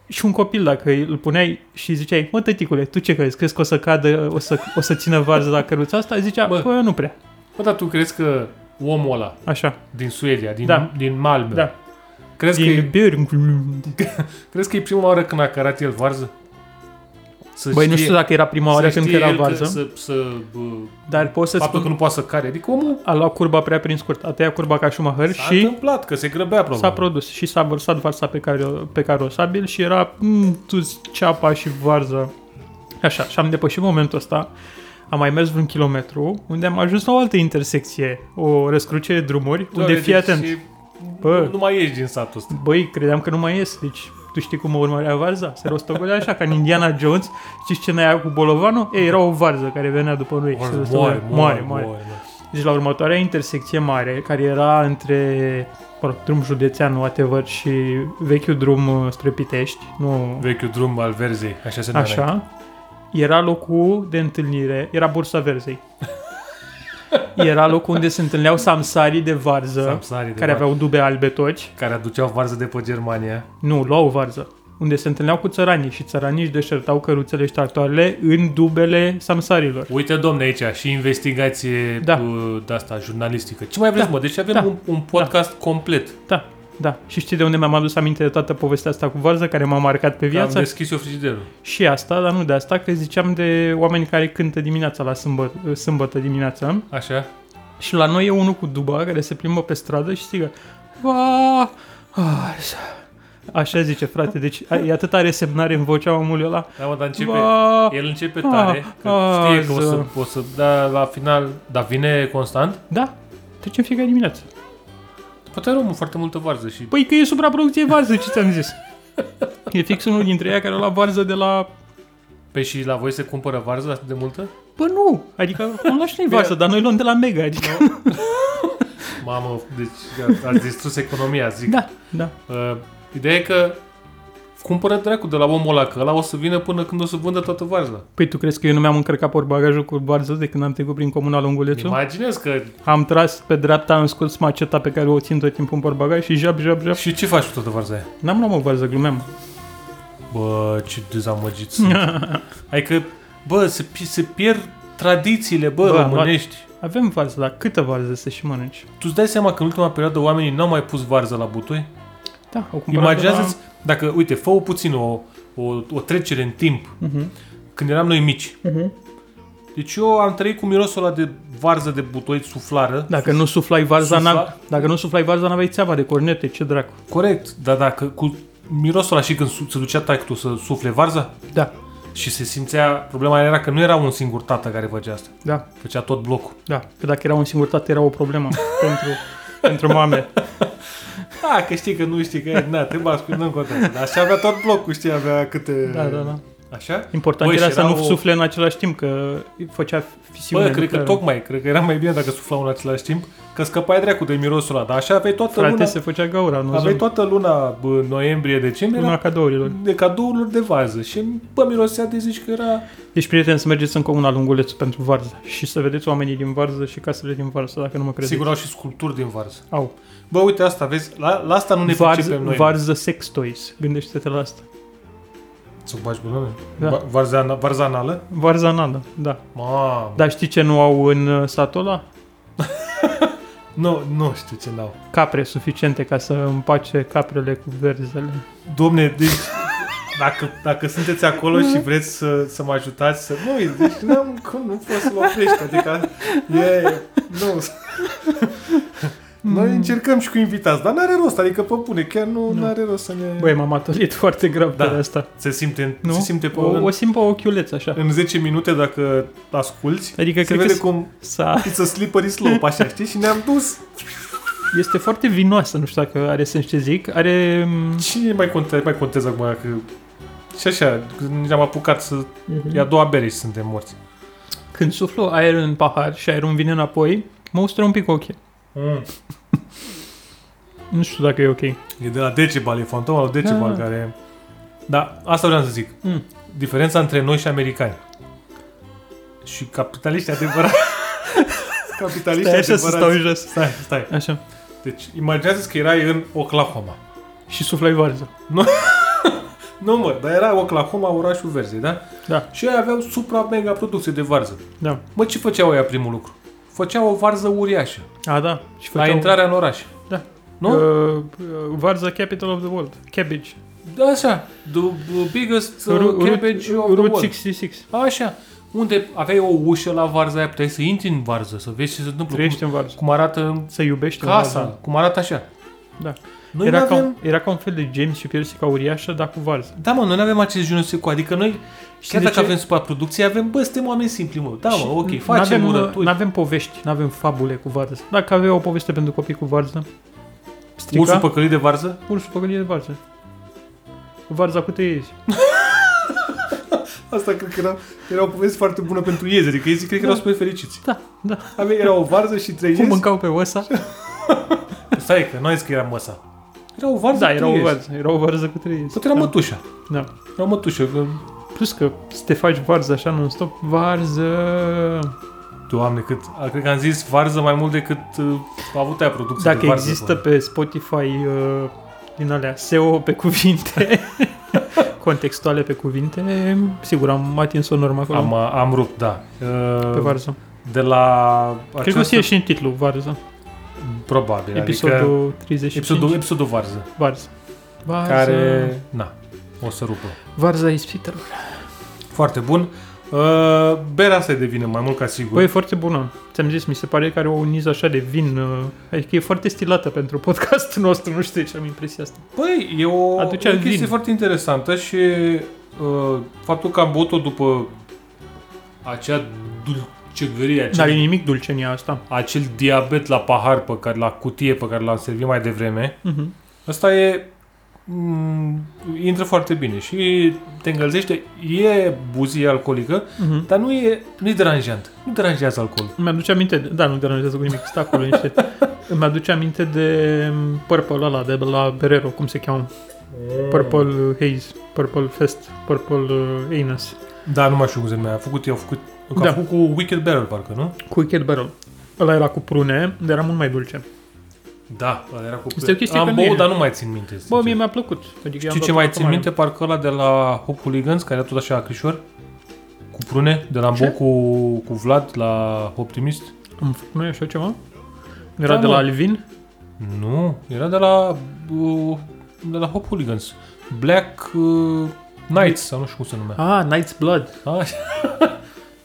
Speaker 3: Și un copil, dacă îl puneai și ziceai, mă, tăticule, tu ce crezi? Crezi că o să cadă, o să, o să țină varză la căruța asta? Zicea,
Speaker 4: Bă.
Speaker 3: bă, nu prea.
Speaker 4: Bă, dar tu crezi că omul ăla
Speaker 3: Așa,
Speaker 4: din Suedia, din,
Speaker 3: Da.
Speaker 4: din Malmö,
Speaker 3: da.
Speaker 4: crezi, că
Speaker 3: Din
Speaker 4: e,
Speaker 3: Björn.
Speaker 4: crezi că e prima oară când a cărat el varză? Să
Speaker 3: Băi, nu știu dacă era prima oară
Speaker 4: să
Speaker 3: când
Speaker 4: știe
Speaker 3: era
Speaker 4: el că-
Speaker 3: varză,
Speaker 4: Să, să, bă,
Speaker 3: dar pot să
Speaker 4: faptul că
Speaker 3: spun,
Speaker 4: nu poate să care. Adică omul
Speaker 3: a luat curba prea prin scurt, a tăiat curba ca Schumacher
Speaker 4: s-a
Speaker 3: și...
Speaker 4: întâmplat, că se grăbea probabil.
Speaker 3: S-a produs și s-a vărsat varsa pe, care, pe carosabil și era mm, tuți ceapa și varza. Așa, și am depășit momentul ăsta. Am mai mers vreun kilometru, unde am ajuns la o altă intersecție, o răscrucere de drumuri, unde
Speaker 4: Doamne,
Speaker 3: fii
Speaker 4: deci
Speaker 3: atent.
Speaker 4: e-
Speaker 3: Bă.
Speaker 4: Nu, nu mai ieși din satul ăsta.
Speaker 3: Băi, credeam că nu mai ies, deci tu știi cum mă urmărea varza? Se rostogolea așa, ca în Indiana Jones. Știi ce aia cu Bolovanul? Ei, era o varză care venea după noi. și se rostogolea. Deci la următoarea intersecție mare, care era între mă rog, drum județean, whatever, și vechiul drum uh, spre Pitești, nu
Speaker 4: Vechiul drum al verzei, așa se numește.
Speaker 3: așa, era locul de întâlnire, era Bursa Verzei. Era locul unde se întâlneau samsarii de varză,
Speaker 4: Samsarii de
Speaker 3: care
Speaker 4: varză.
Speaker 3: aveau dube albe toci,
Speaker 4: Care aduceau varză de pe Germania.
Speaker 3: nu, luau varză, unde se întâlneau cu țăranii și țăranii își deșertau căruțele și tractoarele în dubele samsarilor.
Speaker 4: Uite, domne, aici și investigație
Speaker 3: Da.
Speaker 4: uh, de asta jurnalistică. Ce mai vreți,
Speaker 3: Da.
Speaker 4: mă? Deci avem
Speaker 3: Da.
Speaker 4: un, un podcast complet.
Speaker 3: Da, da. Și știi de unde mi-am adus aminte de toată povestea asta cu varză care m-a marcat pe
Speaker 4: Că Am
Speaker 3: viață?
Speaker 4: deschis eu frigiderul.
Speaker 3: Și asta, dar nu de asta, că ziceam de oameni care cântă dimineața la sâmbătă, sâmbătă dimineața.
Speaker 4: Așa.
Speaker 3: Și la noi e unul cu duba care se plimbă pe stradă și strigă Va... varză." Așa zice, frate, deci a- e atâta resemnare în vocea omului ăla.
Speaker 4: Da, mă, dar începe...
Speaker 3: Va...
Speaker 4: El începe
Speaker 3: Ah,
Speaker 4: tare, că
Speaker 3: ah,
Speaker 4: știe că o să,
Speaker 3: ză.
Speaker 4: o să da la final, dar vine constant.
Speaker 3: Da, trecem fiecare dimineață.
Speaker 4: Poate are omul foarte multă varză și
Speaker 3: Păi că e supraproducție varză, ce ți-am zis? E fix unul dintre ei care a luat varză de la...
Speaker 4: pe și la voi se cumpără varză atât de multă?
Speaker 3: Bă, nu! Adică, nu lași noi varză, dar noi luăm de la Mega, adică...
Speaker 4: Mamă, deci a- ați distrus economia, zic.
Speaker 3: Da, da.
Speaker 4: Uh, ideea e că cumpără dracu de la omul ăla, că ăla o să vină până când o să vândă toată varza.
Speaker 3: Păi tu crezi că eu nu mi-am încărcat portbagajul cu varză de când am trecut prin comuna
Speaker 4: Îmi
Speaker 3: Lungulețu?
Speaker 4: Imaginez că...
Speaker 3: Am tras pe dreapta, am scos maceta pe care o țin tot timpul în portbagaj și jap, jap, jap.
Speaker 4: Și ce faci cu toată varza aia?
Speaker 3: N-am luat o varză, glumeam.
Speaker 4: Bă, ce dezamăgit sunt. adică, bă, se, pi- se pierd tradițiile, bă,
Speaker 3: Bă,
Speaker 4: bă
Speaker 3: am luat-
Speaker 4: românești.
Speaker 3: Avem varză, dar câtă varză să și mănânci?
Speaker 4: Tu îți dai seama că în ultima perioadă oamenii n-au mai pus varză la butoi?
Speaker 3: Da, o cumpărat
Speaker 4: Imaginează-ți, dacă, uite, fă o puțin o, o, o trecere în timp,
Speaker 3: De la... uh-huh,
Speaker 4: când eram noi mici.
Speaker 3: uh-huh.
Speaker 4: Deci eu am trăit cu mirosul ăla de varză de butoi suflară.
Speaker 3: Dacă nu suflai varza,
Speaker 4: Sufla-
Speaker 3: n dacă nu suflai varza, n-aveai țeava de cornete, ce dracu.
Speaker 4: Corect, dar dacă cu mirosul ăla și când su- se ducea tactul să sufle varza
Speaker 3: Da,
Speaker 4: și se simțea, problema era că nu era un singur tată care făcea asta.
Speaker 3: da,
Speaker 4: Făcea tot blocul.
Speaker 3: da. Că dacă era un singur tată, era o problemă pentru, pentru mame.
Speaker 4: Da, că știi că nu știi că na, te bați cu nu contează. Dar așa avea tot blocul, știi, avea câte...
Speaker 3: Da, da, da.
Speaker 4: Așa?
Speaker 3: Important Băi,
Speaker 4: Băi,
Speaker 3: era
Speaker 4: și
Speaker 3: să
Speaker 4: era
Speaker 3: nu
Speaker 4: o-
Speaker 3: sufle în același timp, că făcea fisiune.
Speaker 4: Bă, cred că
Speaker 3: nucleară.
Speaker 4: tocmai, cred că era mai bine dacă suflau în același timp, că scăpai dracu de mirosul ăla. Dar așa aveai toată
Speaker 3: Frate,
Speaker 4: luna...
Speaker 3: se făcea gaura, nu
Speaker 4: Aveai
Speaker 3: zon.
Speaker 4: toată luna bă, noiembrie, decembrie,
Speaker 3: Una
Speaker 4: era
Speaker 3: cadourilor.
Speaker 4: de cadourilor de vază și bă, mirosea de zici că era...
Speaker 3: Deci, prieteni, să mergeți în comuna Lungulețu pentru varză și să vedeți oamenii din varză și casele din varză, dacă nu mă credeți.
Speaker 4: Sigur au și sculpturi din varză.
Speaker 3: Au.
Speaker 4: Bă, uite asta, vezi, la, la asta nu ne
Speaker 3: Varză,
Speaker 4: pricepem noi.
Speaker 3: varză sex toys. Gândește-te la asta.
Speaker 4: Să faci bună,
Speaker 3: Da.
Speaker 4: da. Varzana, varzanală?
Speaker 3: Varza nadă, da.
Speaker 4: Mamă,
Speaker 3: Dar știi ce nu au în uh, satul ăla?
Speaker 4: Nu, nu știu ce n-au.
Speaker 3: Capre suficiente ca să împace caprele cu verzele.
Speaker 4: Domne, deci... Dacă, dacă sunteți acolo și vreți să, să mă ajutați să... Nu, e- deci n-am, cum, nu poți să-l oprești, adică e... Nu. Noi încercăm și cu invitați, dar n-are rost, adică pe pune, chiar nu, nu. are rost să ne...
Speaker 3: Băi, m-am atolit foarte grav
Speaker 4: Da.
Speaker 3: da. de asta.
Speaker 4: se simte,
Speaker 3: Nu?
Speaker 4: se simte pe
Speaker 3: o, o simt pe ochiuleț așa.
Speaker 4: în 10 minute dacă asculți,
Speaker 3: Adică
Speaker 4: se
Speaker 3: cred că
Speaker 4: vede
Speaker 3: s-
Speaker 4: cum
Speaker 3: Sa...
Speaker 4: it's a slippery slope, așa, știi? Și ne-am dus.
Speaker 3: Este foarte vinoasă, nu știu dacă are sens ce zic. Are... mm,
Speaker 4: Cine mai contează, mai contează acum că... Și așa, ne-am apucat să... E a doua bere și suntem morți.
Speaker 3: Când suflu aer în pahar și aerul îmi vine înapoi, mă ustură un pic ochii.
Speaker 4: Mm.
Speaker 3: Nu știu dacă e ok.
Speaker 4: E de la Decebal, e fantoma lui Decebal
Speaker 3: Da.
Speaker 4: care... Da, asta vreau să zic.
Speaker 3: Mm.
Speaker 4: Diferența între noi și americani. Și capitaliști adevărat. capitaliști
Speaker 3: Stai așa să
Speaker 4: adevărați.
Speaker 3: stau jos.
Speaker 4: Stai, stai.
Speaker 3: Așa.
Speaker 4: Deci, imaginează-ți că erai în Oklahoma.
Speaker 3: Și suflai varză.
Speaker 4: Nu mă, dar era Oklahoma, orașul verzi, da?
Speaker 3: Da.
Speaker 4: Și ei aveau supra-mega producție de varză.
Speaker 3: Da.
Speaker 4: Mă, ce făceau ea primul lucru? Făceau o varză uriașă.
Speaker 3: A, da. Și
Speaker 4: La
Speaker 3: făceau-
Speaker 4: intrarea în oraș.
Speaker 3: Da.
Speaker 4: Nu?
Speaker 3: Uh, uh, varza capital of the world. Cabbage.
Speaker 4: Da, Așa. The biggest uh,
Speaker 3: Ru- Ru-
Speaker 4: cabbage of the
Speaker 3: Route
Speaker 4: world.
Speaker 3: 66.
Speaker 4: Așa. Unde aveai o ușă la varza aia, puteai să intri în varză, să vezi ce se întâmplă.
Speaker 3: Trăiește
Speaker 4: Cum,
Speaker 3: în varză.
Speaker 4: cum arată
Speaker 3: Să iubești în
Speaker 4: casa,
Speaker 3: varză.
Speaker 4: cum arată așa.
Speaker 3: Da.
Speaker 4: Noi
Speaker 3: era,
Speaker 4: nu
Speaker 3: ca
Speaker 4: avem...
Speaker 3: un, era ca un fel de James și piersica uriașă, dar cu varză.
Speaker 4: Da, mă, noi nu avem acest genul cu, adică noi,
Speaker 3: Știi
Speaker 4: chiar
Speaker 3: de
Speaker 4: dacă
Speaker 3: ce?
Speaker 4: avem supraproducție, avem, bă, suntem oameni simpli, mă. Da, mă,
Speaker 3: Și
Speaker 4: ok,
Speaker 3: n-
Speaker 4: facem
Speaker 3: n-avem, uh,
Speaker 4: urături.
Speaker 3: N-avem povești, n-avem fabule cu varză. Dacă avea o poveste pentru copii cu varză, strica,
Speaker 4: Ursul păcălit de varză?
Speaker 3: ursul păcălie de varză. Varza cu tăiezi.
Speaker 4: Asta cred că era, era o poveste foarte bună pentru iezi, adică iezii cred că erau super fericiți.
Speaker 3: Da, da.
Speaker 4: Avea, era o varză și trei
Speaker 3: Cum
Speaker 4: iezi.
Speaker 3: mâncau pe osa?
Speaker 4: Stai că, nu ai zis că era măsa. Era o varză
Speaker 3: Da,
Speaker 4: cu
Speaker 3: era
Speaker 4: trei
Speaker 3: o
Speaker 4: iezi.
Speaker 3: varză. Era o varză cu tăiezi.
Speaker 4: Tot era
Speaker 3: da.
Speaker 4: mătușa.
Speaker 3: da.
Speaker 4: Era mătușa. Că...
Speaker 3: Plus că să te faci varză așa non-stop, varză...
Speaker 4: Doamne, cât, a, cred că am zis varză mai mult decât uh, a avut aia producție
Speaker 3: Dacă
Speaker 4: de varză.
Speaker 3: există pe Spotify uh, din alea SEO pe cuvinte, contextuale pe cuvinte, sigur am atins o normă acolo.
Speaker 4: Am, a, am rupt, da. Uh,
Speaker 3: pe varză.
Speaker 4: De la
Speaker 3: Cred că o să
Speaker 4: această-
Speaker 3: fie și în titlu varză.
Speaker 4: Probabil, adică
Speaker 3: Adică Episodul 35.
Speaker 4: episodul, episodul varză,
Speaker 3: Varza. Varza.
Speaker 4: care, na, o să rupă.
Speaker 3: Varza ispitelor.
Speaker 4: Foarte bun. Uh, berea asta devine mai mult ca sigur.
Speaker 3: Băi, e foarte bună. Ți-am zis, mi se pare că are o niză așa de vin. uh, Adică e foarte stilată pentru podcastul nostru. Nu știu de ce am impresia asta.
Speaker 4: Băi, Păi, e o,
Speaker 3: Aduce
Speaker 4: e o
Speaker 3: vin.
Speaker 4: chestie foarte interesantă și uh, faptul că am băut-o după acea dulcegărie,
Speaker 3: Deci N-are
Speaker 4: acel,
Speaker 3: nimic dulce în ea asta.
Speaker 4: acel diabet la pahar, pe care, la cutie pe care l-am servit mai devreme,
Speaker 3: Mhm.
Speaker 4: ăsta e mm, intră foarte bine și te îngălzește, e buzie alcoolică,
Speaker 3: Mhm.
Speaker 4: dar nu e, nu e deranjant, nu deranjează alcoolul.
Speaker 3: Mi-aduce aminte, de, da, nu deranjează cu nimic, stă acolo niște. Îmi aduce aminte de m, Purple ăla, de la Berero, cum se cheamă?
Speaker 4: Oh.
Speaker 3: Purple Haze, Purple Fest, Purple uh, Anus.
Speaker 4: Da, nu mai știu cum se numea, a făcut, eu, a făcut, că a
Speaker 3: Da.
Speaker 4: făcut cu Wicked Barrel, parcă, nu?
Speaker 3: Cu Wicked Barrel. Ăla era cu prune, dar era mult mai dulce.
Speaker 4: Da, ăla era cu
Speaker 3: Este o chestie
Speaker 4: Am
Speaker 3: că nu
Speaker 4: băut,
Speaker 3: e-
Speaker 4: dar nu mai țin minte. sincer.
Speaker 3: Bă, mie mi-a plăcut. Adică i-am
Speaker 4: Știi ce
Speaker 3: dat
Speaker 4: mai
Speaker 3: acum
Speaker 4: țin minte? Parcă ăla de la Hop Hooligans, care era tot așa acrișor, cu prune, de la Bo cu, cu Vlad la Optimist.
Speaker 3: Am făcut noi așa ceva? Era
Speaker 4: Da,
Speaker 3: de
Speaker 4: mă.
Speaker 3: la Alvin?
Speaker 4: Nu, era de la uh, de la Hop Hooligans. Black uh, Knights, sau nu știu cum se numea.
Speaker 3: Ah, Knight's Blood.
Speaker 4: Așa.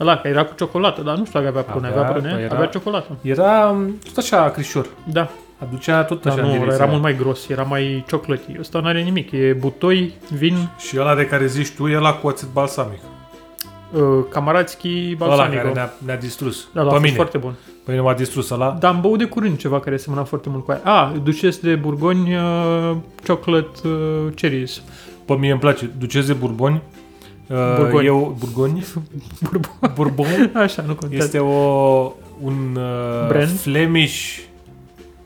Speaker 3: Ăla, că era cu ciocolată, dar nu știu dacă avea prune. Avea,
Speaker 4: Avea,
Speaker 3: avea prune,
Speaker 4: păi era-
Speaker 3: avea ciocolată.
Speaker 4: Era um, tot așa acrișor.
Speaker 3: Da,
Speaker 4: Aducea tot
Speaker 3: dar
Speaker 4: așa
Speaker 3: Da,
Speaker 4: în
Speaker 3: nu,
Speaker 4: direcția
Speaker 3: era
Speaker 4: aia.
Speaker 3: mult mai gros, era mai cioclătii. Ăsta n-are nimic, e butoi, vin,
Speaker 4: Și ăla de care zici tu, e ăla cu ațet balsamic.
Speaker 3: uh, Camaratski,
Speaker 4: Ăla care
Speaker 3: Balsamico.
Speaker 4: ne-a, ne-a distrus.
Speaker 3: Da, da,
Speaker 4: Pe
Speaker 3: a fost
Speaker 4: mine.
Speaker 3: foarte bun.
Speaker 4: Pe mine m-a distrus ăla.
Speaker 3: Dar am băut de curând ceva care semăna foarte mult cu aia. Ah, Duces de Burgoni, uh, Chocolate uh, Cherries.
Speaker 4: Pe mine îmi place. Ducez de Burboni. Uh,
Speaker 3: Burgoni.
Speaker 4: Eu, Burgoni.
Speaker 3: Bourbon.
Speaker 4: Bourbon
Speaker 3: Așa, nu contează.
Speaker 4: este o, un uh,
Speaker 3: Da. Brand?
Speaker 4: Flemish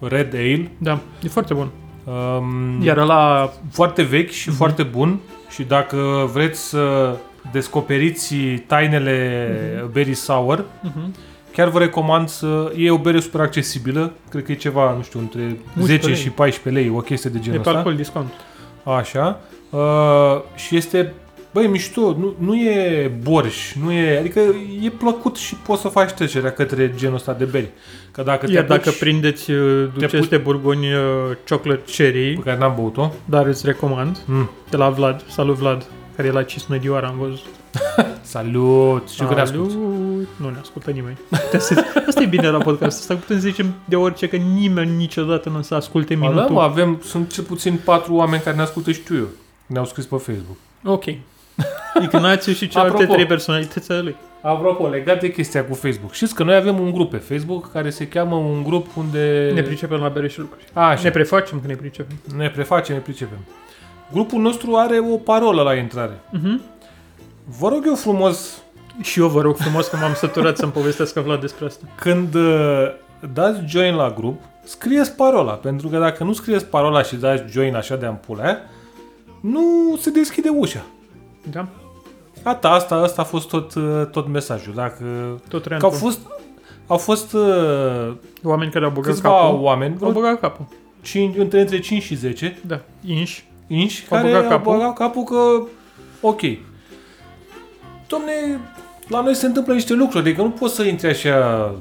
Speaker 4: Red Ale.
Speaker 3: Da, e foarte bun.
Speaker 4: Um,
Speaker 3: Iar uh-huh, la
Speaker 4: Foarte vechi și
Speaker 3: Mhm.
Speaker 4: foarte bun. Și dacă vreți să descoperiți tainele
Speaker 3: Mhm.
Speaker 4: Berry Sour, chiar vă recomand să... E o bere super accesibilă. Cred că e ceva, nu știu, între 10
Speaker 3: lei.
Speaker 4: și 14 lei, o chestie de
Speaker 3: e
Speaker 4: genul
Speaker 3: pe
Speaker 4: ăsta.
Speaker 3: alcool discount.
Speaker 4: Așa. Uh, și este Băi, mișto, nu, nu e borș, nu e... Adică e plăcut și poți să faci trecerea către genul ăsta de beri. Că dacă te
Speaker 3: Iar
Speaker 4: apuci,
Speaker 3: dacă prindeți uh, duceți
Speaker 4: apuci-
Speaker 3: de Burgoni uh, Chocolate Cherry,
Speaker 4: pe care n-am băut-o,
Speaker 3: dar îți recomand,
Speaker 4: mm.
Speaker 3: de la Vlad. Salut, Vlad, care e la Cisnădioara, am văzut.
Speaker 4: salut, știu că ne
Speaker 3: Salut!
Speaker 4: asculti.
Speaker 3: Nu ne ascultă nimeni. Putem să- Asta e bine la podcast ăsta, putem să zicem de orice că nimeni niciodată nu o să asculte
Speaker 4: Ba Da,
Speaker 3: minutul.
Speaker 4: mă, avem, sunt cel puțin patru oameni care ne ascultă, știu eu. Ne-au scris pe Facebook.
Speaker 3: Ok. Ignațiu și celelalte
Speaker 4: Apropo.
Speaker 3: trei personalități ale lui.
Speaker 4: Apropo, legat de chestia cu Facebook. Știți că noi avem un grup pe Facebook care se cheamă un grup unde...
Speaker 3: Ne pricepem la bere și lucruri.
Speaker 4: A, așa.
Speaker 3: Ne prefacem că ne pricepem.
Speaker 4: Ne prefacem, ne pricepem. Grupul nostru are o parolă la intrare.
Speaker 3: Mhm.
Speaker 4: Vă rog eu frumos,
Speaker 3: Și eu vă rog frumos că m-am săturat să-mi povestească Vlad despre asta.
Speaker 4: când uh, dați join la grup, scrieți parola. Pentru că dacă nu scrieți parola și dați join așa de ampulea, nu se deschide ușa.
Speaker 3: Da?
Speaker 4: Gata, asta, asta a fost tot, uh, tot mesajul. Dacă...
Speaker 3: Tot
Speaker 4: Că au
Speaker 3: reantul.
Speaker 4: fost, au fost uh,
Speaker 3: Oameni care au băgat
Speaker 4: câțiva
Speaker 3: capul.
Speaker 4: oameni,
Speaker 3: Au
Speaker 4: vreo
Speaker 3: băgat capul.
Speaker 4: 5, între, între 5 și 10,
Speaker 3: Da. Inși.
Speaker 4: inși
Speaker 3: Au
Speaker 4: care
Speaker 3: băgat
Speaker 4: au
Speaker 3: capul?
Speaker 4: băgat capul că ok. Domne, la noi se întâmplă niște lucruri, adică nu poți să intri așa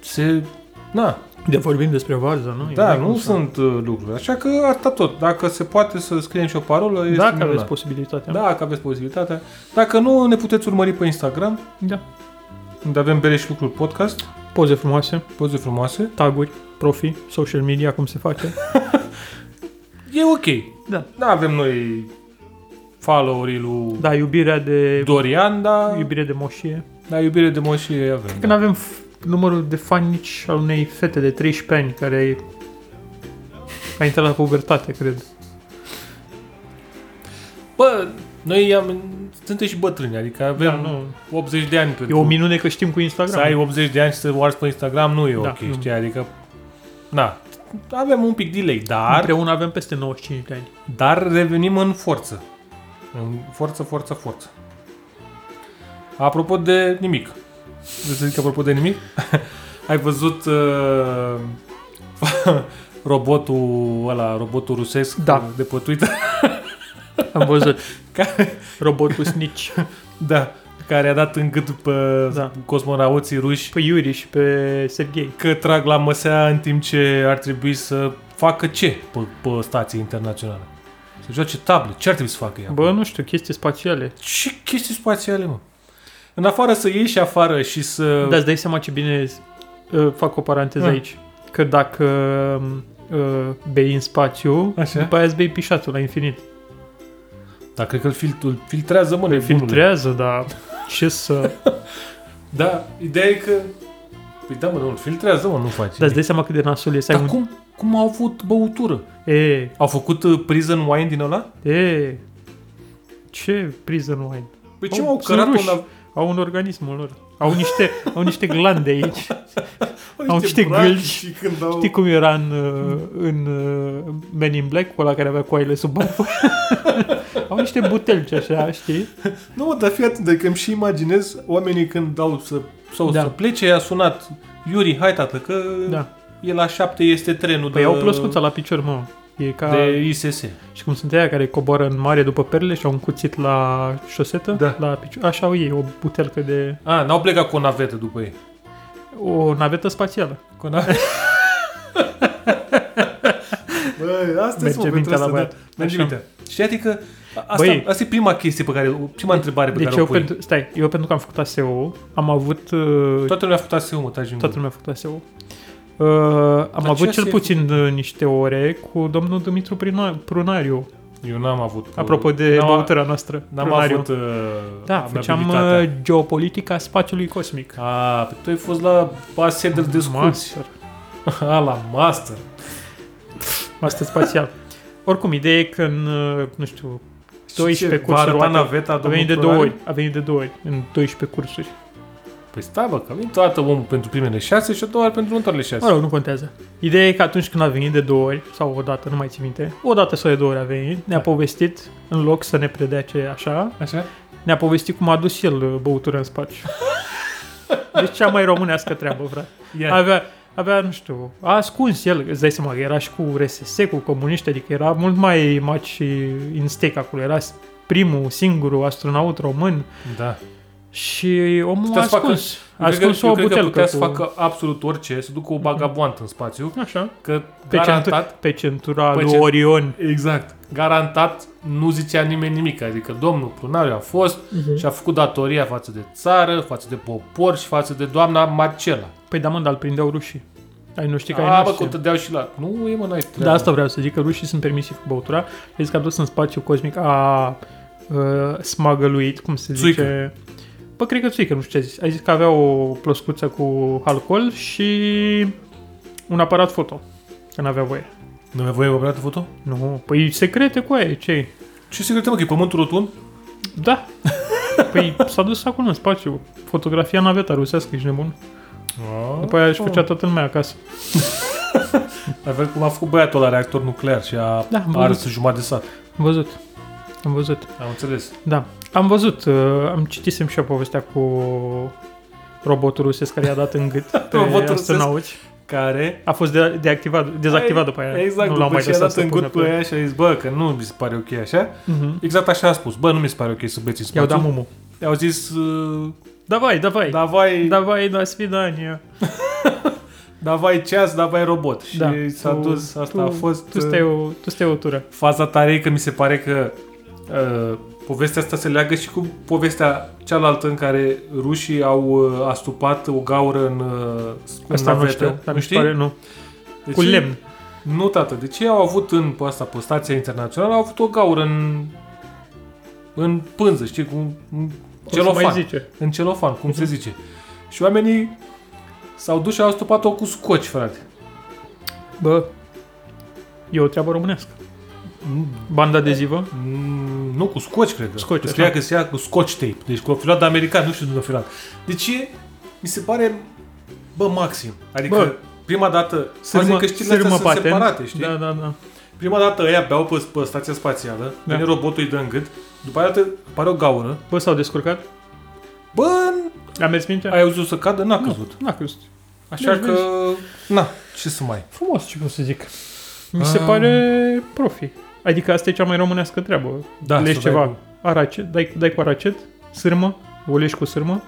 Speaker 4: se na,
Speaker 3: De vorbim despre varza, nu? E
Speaker 4: da,
Speaker 3: mai
Speaker 4: nu
Speaker 3: cum să-
Speaker 4: sunt uh, lucruri. Așa că atâta tot. Dacă se poate să scriem și o parolă, este
Speaker 3: Dacă
Speaker 4: minunat.
Speaker 3: aveți posibilitatea.
Speaker 4: Dacă aveți posibilitatea. Dacă nu, ne puteți urmări pe Instagram,
Speaker 3: da.
Speaker 4: unde avem bere și lucruri podcast,
Speaker 3: Poze frumoase,
Speaker 4: poze frumoase.
Speaker 3: taguri, profi, social media, cum se face.
Speaker 4: E ok.
Speaker 3: Da.
Speaker 4: Da, avem noi followerii lui
Speaker 3: Da, iubirea de...
Speaker 4: Dorian, dar
Speaker 3: Iubire de moșie.
Speaker 4: da, iubire de moșie avem. da.
Speaker 3: Când avem f- numărul de fani nici al unei fete de 13 ani care a intrat la pubertate, cred.
Speaker 4: Bă, noi am, suntem și bătrâni, adică avem
Speaker 3: Da, nu.
Speaker 4: 80 de ani.
Speaker 3: E o minune că știm cu Instagram.
Speaker 4: Să ai 80 de ani și să o arzi pe Instagram nu e
Speaker 3: Da,
Speaker 4: ok,
Speaker 3: nu.
Speaker 4: știi, adică... Na, avem un pic delay, dar,
Speaker 3: Împreună avem peste 95 de ani.
Speaker 4: dar revenim în forță. În forță, forță, forță. Apropo de nimic. Vrei să zic apropo de nimic? ai văzut uh, robotul ăla, robotul rusesc
Speaker 3: Da.
Speaker 4: de pe Twitter?
Speaker 3: Am văzut
Speaker 4: Care,
Speaker 3: robotul Snitch
Speaker 4: Da, care a dat în gât pe
Speaker 3: Da.
Speaker 4: da. cosmonauții ruși
Speaker 3: pe Yuri și pe Sergei.
Speaker 4: că trag la măsea în timp ce ar trebui să facă ce pe, pe stație internațională? Să joace table. Ce ar trebui să facă ea?
Speaker 3: Bă, nu știu, chestii spațiale.
Speaker 4: Ce chestii spațiale, mă? În afară să ieși afară și să...
Speaker 3: Dar îți dai seama ce bine uh, fac o paranteză
Speaker 4: Ah.
Speaker 3: aici. Că dacă uh, bei în spațiu,
Speaker 4: Așa.
Speaker 3: după aia îți bei pișatul la infinit.
Speaker 4: Dar Da, cred că îl fil- îl filtrează, mă, nebunule.
Speaker 3: Filtrează, dar ce să...
Speaker 4: Da, ideea e că... Păi da, mă, nu, îl filtrează, mă, nu faci.
Speaker 3: Dar Da, îți dai seama cât de nasul e să ai
Speaker 4: Dar
Speaker 3: un...
Speaker 4: cum, cum au avut băutură?
Speaker 3: E,
Speaker 4: Au făcut uh, prison wine din ăla?
Speaker 3: e, ce prison wine?
Speaker 4: Păi ce
Speaker 3: Au-
Speaker 4: m-au
Speaker 3: sunt
Speaker 4: cărat
Speaker 3: ruși.
Speaker 4: un
Speaker 3: Au un organismul lor. Au niște, au niște glande aici. Au niște
Speaker 4: braci
Speaker 3: gâlci.
Speaker 4: și când au...
Speaker 3: Știi cum era în, uh, în uh, Men in Black, cu ăla care avea coaile sub barbă? au niște butelci așa, știi?
Speaker 4: Nu, mă, dar fii atent, adică îmi și imaginez oamenii când dau să, sau
Speaker 3: Da.
Speaker 4: da. să plece, a sunat Iuri, hai tată, că
Speaker 3: Da.
Speaker 4: e la șapte este trenul
Speaker 3: Păi
Speaker 4: de,
Speaker 3: au plăscuța la picior, mă. E ca...
Speaker 4: Uh, de ISS.
Speaker 3: Și cum sunt aia care coboară în mare după perle și au un cuțit la șosetă,
Speaker 4: Da.
Speaker 3: la picior. Așa au ei, o butelcă de...
Speaker 4: A, n-au plecat cu o navetă după ei.
Speaker 3: O navetă spațială.
Speaker 4: Cu o navetă. Bă, asta
Speaker 3: Merge mintea la băiat.
Speaker 4: Merge
Speaker 3: Așa.
Speaker 4: mintea. Și adică, a- asta,
Speaker 3: Băi.
Speaker 4: asta e prima chestie pe care, o- prima întrebare pe
Speaker 3: Deci
Speaker 4: care
Speaker 3: eu
Speaker 4: o pui.
Speaker 3: pentru, stai, eu pentru că am făcut ASEO, am avut uh,
Speaker 4: Toată lumea a făcut ASEU, mă, tragi în
Speaker 3: Toată
Speaker 4: gură.
Speaker 3: lumea a făcut ASEO. Uh, am
Speaker 4: ce
Speaker 3: avut cel
Speaker 4: se-
Speaker 3: puțin uh, niște ore cu domnul Dumitru Prina- Prunariu,
Speaker 4: Eu n-am avut... uh,
Speaker 3: apropo de
Speaker 4: n-am,
Speaker 3: băutura noastră.
Speaker 4: N-am
Speaker 3: Prunariu.
Speaker 4: avut uh,
Speaker 3: Da, făceam
Speaker 4: amabilitatea.
Speaker 3: uh, geopolitica spațiului cosmic.
Speaker 4: A, pe tu ai fost la base de discuții.
Speaker 3: Master.
Speaker 4: A, la master.
Speaker 3: Master spațial. Oricum, ideea e că în, uh, nu știu, 12
Speaker 4: va
Speaker 3: cursuri
Speaker 4: arăta
Speaker 3: roate,
Speaker 4: naveta
Speaker 3: a venit de două ori, a venit de două ori, în 12 cursuri.
Speaker 4: Păi stai bă, că a venit toată omul pentru primele șase și a doua ori pentru următoarele șase.
Speaker 3: Mă rog, nu contează. Ideea e că atunci când a venit de două ori, sau o dată, nu mai țin minte, o dată sau de două ori a venit, ne-a
Speaker 4: Da.
Speaker 3: povestit, în loc să ne predea ce e așa,
Speaker 4: Așa?
Speaker 3: Ne-a povestit cum a adus el uh, băutură în spațiu. Deci cea mai românească treabă, frate.
Speaker 4: Ia.
Speaker 3: Avea, avea, nu știu, a ascuns el, îți dai seama că era și cu RSS, cu comuniști, adică era mult mai maci și in stake acolo, era primul, singurul astronaut român
Speaker 4: Da.
Speaker 3: și omul a
Speaker 4: Putea să facă-
Speaker 3: ascuns.
Speaker 4: Eu
Speaker 3: A
Speaker 4: cred că-
Speaker 3: ascuns o
Speaker 4: eu cred că
Speaker 3: butelcă
Speaker 4: putea
Speaker 3: cu...
Speaker 4: să facă absolut orice, să ducă o bagaboantă în spațiu,
Speaker 3: Așa.
Speaker 4: că
Speaker 3: Pe,
Speaker 4: garantat...
Speaker 3: centu- pe centura
Speaker 4: Pe
Speaker 3: lui
Speaker 4: cen-
Speaker 3: Orion.
Speaker 4: Exact. Garantat nu zicea nimeni nimic. Adică domnul Prunariu a fost
Speaker 3: Mm.
Speaker 4: uh-huh. și a făcut datoria față de țară, față de popor și față de doamna Marcela.
Speaker 3: Păi da, mă, dar îl prindeau rușii. Ai nu știi că
Speaker 4: A,
Speaker 3: ai
Speaker 4: bă,
Speaker 3: nu
Speaker 4: că te deau și la... Nu, e mă, n-ai treabă.
Speaker 3: Da, asta vreau să zic, că rușii sunt permisivi cu băutura. Vezi că a dus în spațiu cosmic a uh, smagăluit, cum se zice...
Speaker 4: Țuică.
Speaker 3: Bă, cred că țuică, nu știu ce a zis. A zis că avea o ploscuță cu alcool și un aparat foto, că n-avea voie.
Speaker 4: Nu mai voie operată foto?
Speaker 3: Nu, păi secrete cu aia, ce
Speaker 4: Ce secrete, mă, că e pământul rotund?
Speaker 3: Da. Păi s-a dus acolo în spațiu. Fotografia naveta rusească, ești nebun. După aia își
Speaker 4: Oh.
Speaker 3: făcea toată lumea acasă.
Speaker 4: La fel cum a făcut băiatul la reactor nuclear și a
Speaker 3: Da,
Speaker 4: da,
Speaker 3: bun.
Speaker 4: ars jumătate de sat.
Speaker 3: Am văzut. Am văzut.
Speaker 4: Am înțeles.
Speaker 3: Da, am văzut, uh, am citisem și eu povestea cu robotul rusesc care i-a dat în gât pe
Speaker 4: Robotul rusesc.
Speaker 3: astronauți.
Speaker 4: Care?
Speaker 3: A fost de- deactivat, dezactivat după aia.
Speaker 4: Exact,
Speaker 3: nu
Speaker 4: nu
Speaker 3: l-au
Speaker 4: după
Speaker 3: mai
Speaker 4: ce i-a
Speaker 3: lăsat
Speaker 4: dat
Speaker 3: să
Speaker 4: în
Speaker 3: pună
Speaker 4: gât pe aia și a zis, bă, că nu mi se pare ok așa.
Speaker 3: Mhm.
Speaker 4: Exact așa a spus, bă, nu mi se pare ok să beți în
Speaker 3: I-au dat
Speaker 4: spațiu.
Speaker 3: mumu.
Speaker 4: I-au zis, "Uh,
Speaker 3: Davai, davai, da.
Speaker 4: davai,
Speaker 3: davai, da, svidania.
Speaker 4: Davai ceas, davai robot. Și
Speaker 3: Da,
Speaker 4: da, s-a
Speaker 3: tu-
Speaker 4: dus, asta a fost uh,
Speaker 3: Tu stai o, tu stai o tură.
Speaker 4: faza tare, e că mi se pare că uh, povestea asta se leagă și cu povestea cealaltă în care rușii au uh, astupat o gaură în, uh, în
Speaker 3: Asta nu
Speaker 4: navetă.
Speaker 3: știu, dar
Speaker 4: nu
Speaker 3: mi se pare, nu.
Speaker 4: Deci,
Speaker 3: Cu lemn.
Speaker 4: Nu, tată. Deci ei au avut în pe asta, pe stația internațională, au avut o gaură în, în pânză, știi, cu un
Speaker 3: Cum se mai
Speaker 4: celofan.
Speaker 3: zice?
Speaker 4: În celofan, cum se zice. Și oamenii s-au dus și au astupat-o cu scoci, frate.
Speaker 3: Bă, e o treabă românească. Banda adezivă.
Speaker 4: Mm, nu, cu scoci, cred că.
Speaker 3: Scoci,
Speaker 4: Că scria
Speaker 3: așa.
Speaker 4: că se ia cu scotch tape. Deci cu o filat american, nu știu de unde filat. Deci e, mi se pare, bă, maxim. Adică,
Speaker 3: Bă.
Speaker 4: bă. prima dată, să că știrile astea
Speaker 3: sârmă
Speaker 4: sunt
Speaker 3: patent.
Speaker 4: separate, știi?
Speaker 3: Da, da, da.
Speaker 4: Prima dată ăia beau pe, pe stația spațială,
Speaker 3: Da.
Speaker 4: da. vine robotul, îi dă în gât, după aia dată apare o gaură.
Speaker 3: Bă, s-au descurcat?
Speaker 4: Bă,
Speaker 3: A mers mintea?
Speaker 4: ai auzit să cadă? N-a căzut.
Speaker 3: N-a crezut.
Speaker 4: Așa
Speaker 3: Deci,
Speaker 4: că, na, ce să mai...
Speaker 3: Frumos, ce vreau să zic. Mi se
Speaker 4: Ah.
Speaker 3: pare profi. Adică asta e cea mai românească treabă.
Speaker 4: Da,
Speaker 3: Legi
Speaker 4: să dai
Speaker 3: ceva,
Speaker 4: cu-
Speaker 3: aracet, dai, dai cu aracet, sârmă, o lești cu sârmă,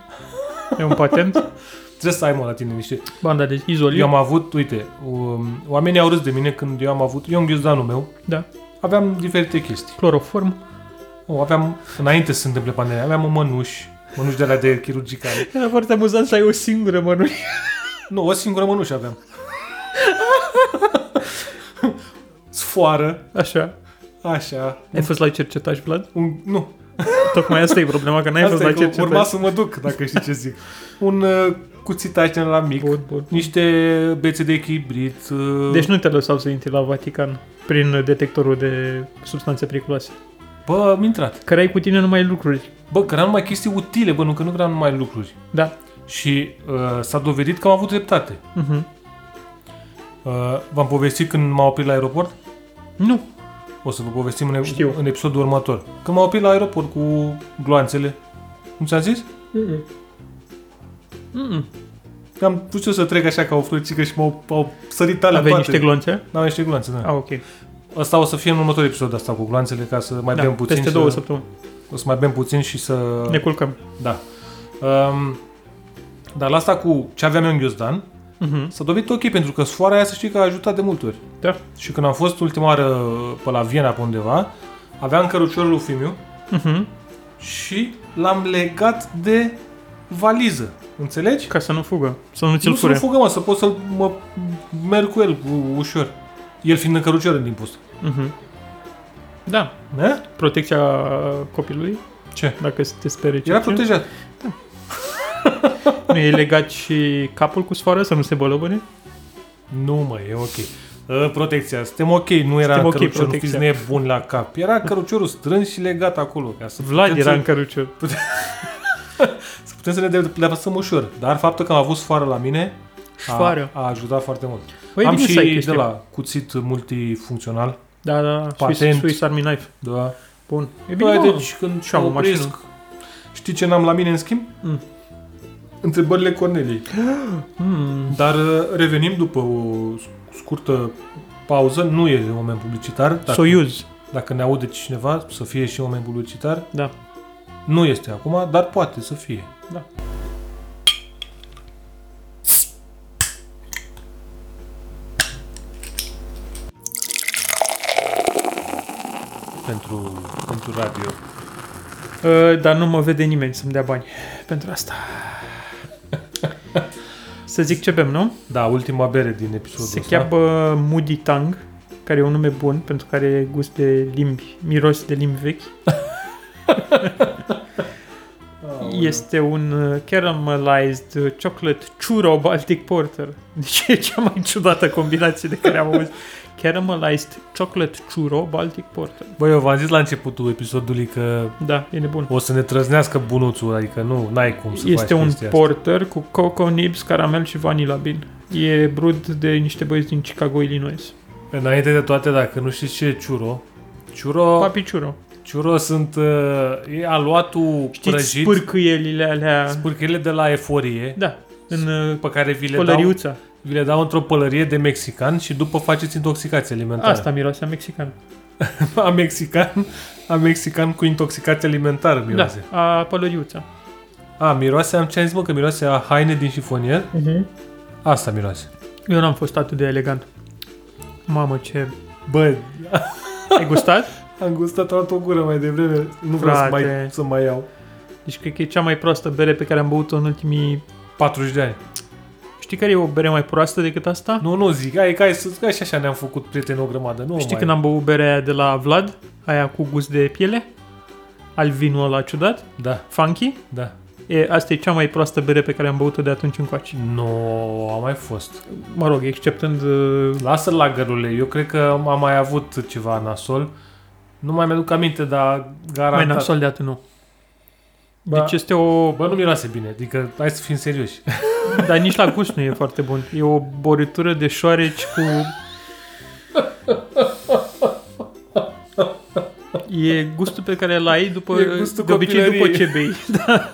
Speaker 3: e un patent,
Speaker 4: Trebuie să ai, mă, la tine niște...
Speaker 3: banda de
Speaker 4: Eu
Speaker 3: izoliu.
Speaker 4: am avut, uite, um, oamenii au râs de mine când eu am avut... Eu am ghiozdanul meu,
Speaker 3: Da,
Speaker 4: aveam diferite chestii.
Speaker 3: cloroform.
Speaker 4: O, aveam, înainte să se întâmple pandemia, aveam un mănuș, mănuși de la de chirurgicale.
Speaker 3: Era foarte amuzant să ai o singură mănuși.
Speaker 4: Nu, o singură mănușă aveam. Sfoară,
Speaker 3: Așa.
Speaker 4: așa,
Speaker 3: Ai fost la cercetaj, Vlad?
Speaker 4: un, nu,
Speaker 3: Tocmai asta e problema, că n-ai fost
Speaker 4: Asta e
Speaker 3: la
Speaker 4: că urma
Speaker 3: cercetaj.
Speaker 4: să mă duc, dacă știi ce zic. Un uh, cuțitaș din la mic,
Speaker 3: Bun, bun.
Speaker 4: niște bețe de chibrit. Uh,
Speaker 3: Deci nu te lăsau să intri la Vatican prin detectorul de substanțe periculoase.
Speaker 4: Bă, am intrat.
Speaker 3: Care ai cu tine numai lucruri.
Speaker 4: Bă, că eram numai chestii utile, bă, nu că nu eram numai lucruri.
Speaker 3: Da.
Speaker 4: Și uh, s-a dovedit că am avut dreptate.
Speaker 3: Mhm.
Speaker 4: Uh, v-am povestit când m-a oprit la aeroport?
Speaker 3: Nu.
Speaker 4: O să vă povestim în,
Speaker 3: Știu.
Speaker 4: în episodul următor. Când m-a oprit la aeroport cu gloanțele. Nu ți-am zis?
Speaker 3: Mm-mm.
Speaker 4: Că am putut să trec așa ca o floricică și m-au au sărit alea
Speaker 3: Aveai
Speaker 4: toate.
Speaker 3: niște glonțe?
Speaker 4: N-am niște gloanțe, da.
Speaker 3: Ah, ok.
Speaker 4: Asta o să fie în următorul episod asta cu gloanțele ca să mai
Speaker 3: Da,
Speaker 4: bem puțin.
Speaker 3: peste
Speaker 4: și
Speaker 3: două
Speaker 4: să,
Speaker 3: săptămâni.
Speaker 4: o să mai bem puțin și să...
Speaker 3: Ne culcăm.
Speaker 4: Da. Um, dar la asta cu ce aveam eu în ghiozdan,
Speaker 3: Mhm.
Speaker 4: s-a dovedit ok, pentru că sfoara aia să știi că a ajutat de multe ori.
Speaker 3: Da.
Speaker 4: Și când am fost ultima oară pe la Viena, pe undeva, aveam căruciorul lui Fimiu
Speaker 3: Mhm.
Speaker 4: și l-am legat de valiză. Înțelegi?
Speaker 3: Ca să nu fugă, să nu ți-l
Speaker 4: nu să nu
Speaker 3: fure.
Speaker 4: fugă, mă, să pot să mă merg cu el u- ușor. El fiind în cărucior în timpul ăsta.
Speaker 3: Mhm. Da,
Speaker 4: Ne?
Speaker 3: protecția copilului,
Speaker 4: Ce?
Speaker 3: dacă te spere
Speaker 4: Era
Speaker 3: ce-
Speaker 4: protejat.
Speaker 3: Nu e legat și capul cu sfoară să nu se bolobăne?
Speaker 4: Nu, mă, e ok. Uh, Protecția, suntem ok, nu era
Speaker 3: Suntem
Speaker 4: suntem
Speaker 3: ok,
Speaker 4: căruciorul, okay,
Speaker 3: protecția.
Speaker 4: fiți nebuni la cap. Era căruciorul strâns și legat acolo. Ca să
Speaker 3: Vlad
Speaker 4: putem
Speaker 3: era
Speaker 4: să,
Speaker 3: în cărucior.
Speaker 4: să putem să ne de- deplasăm ușor. Dar faptul că am avut sfoară la mine
Speaker 3: Sfoară.
Speaker 4: A, a ajutat foarte mult.
Speaker 3: Băi,
Speaker 4: am
Speaker 3: bine să ai
Speaker 4: și de
Speaker 3: chestia.
Speaker 4: la cuțit multifuncțional.
Speaker 3: Da, da, Patent.
Speaker 4: Patent.
Speaker 3: Swiss Army Knife.
Speaker 4: Da.
Speaker 3: Bun. E bine,
Speaker 4: Bine,
Speaker 3: mă.
Speaker 4: deci când
Speaker 3: și am o
Speaker 4: mă opresc,
Speaker 3: mașină.
Speaker 4: Știi ce n-am la mine în schimb?
Speaker 3: Mm.
Speaker 4: Întrebările Corneliei.
Speaker 3: Mm.
Speaker 4: Dar uh,
Speaker 3: Da.
Speaker 4: revenim după o scurtă pauză, nu e un moment publicitar. Dacă
Speaker 3: Soyuz.
Speaker 4: Dacă ne aude cineva, să fie și oameni publicitar.
Speaker 3: Da.
Speaker 4: Nu este acum, dar poate să fie.
Speaker 3: Da.
Speaker 4: Pentru, pentru radio.
Speaker 3: Uh, dar nu mă vede nimeni să-mi dea bani pentru asta. Să zic ce bem, nu?
Speaker 4: Da, ultima bere din episodul
Speaker 3: Se
Speaker 4: ăsta.
Speaker 3: cheamă Moody Tang, care e un nume bun pentru care e gust de limbi, miros de limbi vechi. Este un uh, caramelized uh, chocolate churro Baltic Porter. Deci e cea mai ciudată combinație de care am auzit. Caramelized chocolate churro Baltic Porter.
Speaker 4: Băi, eu v-am zis la începutul episodului că
Speaker 3: Da, e nebun.
Speaker 4: o să ne trăznească bunuțul, adică nu, n-ai cum să
Speaker 3: Este
Speaker 4: faci
Speaker 3: un
Speaker 4: chestia asta.
Speaker 3: porter cu coco nibs, caramel și vanilla bean. E brud de niște băieți din Chicago, Illinois.
Speaker 4: Înainte de toate, dacă nu știți ce e ciuro, ciuro, Papi.
Speaker 3: Papi churro.
Speaker 4: ciuro sunt, uh, e aluatul
Speaker 3: Știți
Speaker 4: prăjit,
Speaker 3: spârcâielile alea?
Speaker 4: spârchele de la eforie,
Speaker 3: Da, în uh,
Speaker 4: pe care vi le, dau,
Speaker 3: pălăriuța.
Speaker 4: vi le dau într-o pălărie de mexican și după faceți intoxicație alimentară.
Speaker 3: Asta miroase a mexican. Da,
Speaker 4: a mexican, a mexican cu intoxicație alimentară miroase.
Speaker 3: Da, a pălăriuța.
Speaker 4: Da. A, miroase, am ce am zis, mă, că miroase a haine din șifonier? Asta miroase.
Speaker 3: Eu n-am fost atât de elegant. Mamă, ce...
Speaker 4: Bă,
Speaker 3: Ai gustat?
Speaker 4: am gustat altă o gură mai devreme, nu vreau să
Speaker 3: Frate.
Speaker 4: mai, să mai iau.
Speaker 3: Deci cred că e cea mai proastă bere pe care am băut-o în ultimii...
Speaker 4: 40 de ani.
Speaker 3: Știi care e o bere mai proastă decât asta?
Speaker 4: Nu, nu, zic, hai, hai, să, hai și așa ne-am făcut prieteni o grămadă. Nu
Speaker 3: Știi
Speaker 4: mai...
Speaker 3: când am băut berea aia de la Vlad? Aia cu gust de piele? Alvinul ăla ciudat?
Speaker 4: Da,
Speaker 3: Funky?
Speaker 4: da.
Speaker 3: E, asta e cea mai proastă bere pe care am băut-o de atunci încoace.
Speaker 4: Nu, a mai fost.
Speaker 3: Mă rog, exceptând... uh,
Speaker 4: Lasă lagărule, eu cred că am mai avut ceva nasol. Nu mai mi-aduc aminte, dar
Speaker 3: Mai
Speaker 4: garantat.
Speaker 3: n-am sol de atât, nu.
Speaker 4: Ba-
Speaker 3: Deci este o...
Speaker 4: Bă, nu miroase bine, adică hai să fim serioși.
Speaker 3: Dar nici la gust nu e foarte bun. E o boritură de șoareci cu... E gustul pe care îl ai după,
Speaker 4: E gustul
Speaker 3: de obicei după
Speaker 4: copilăriei.
Speaker 3: ce bei. Da.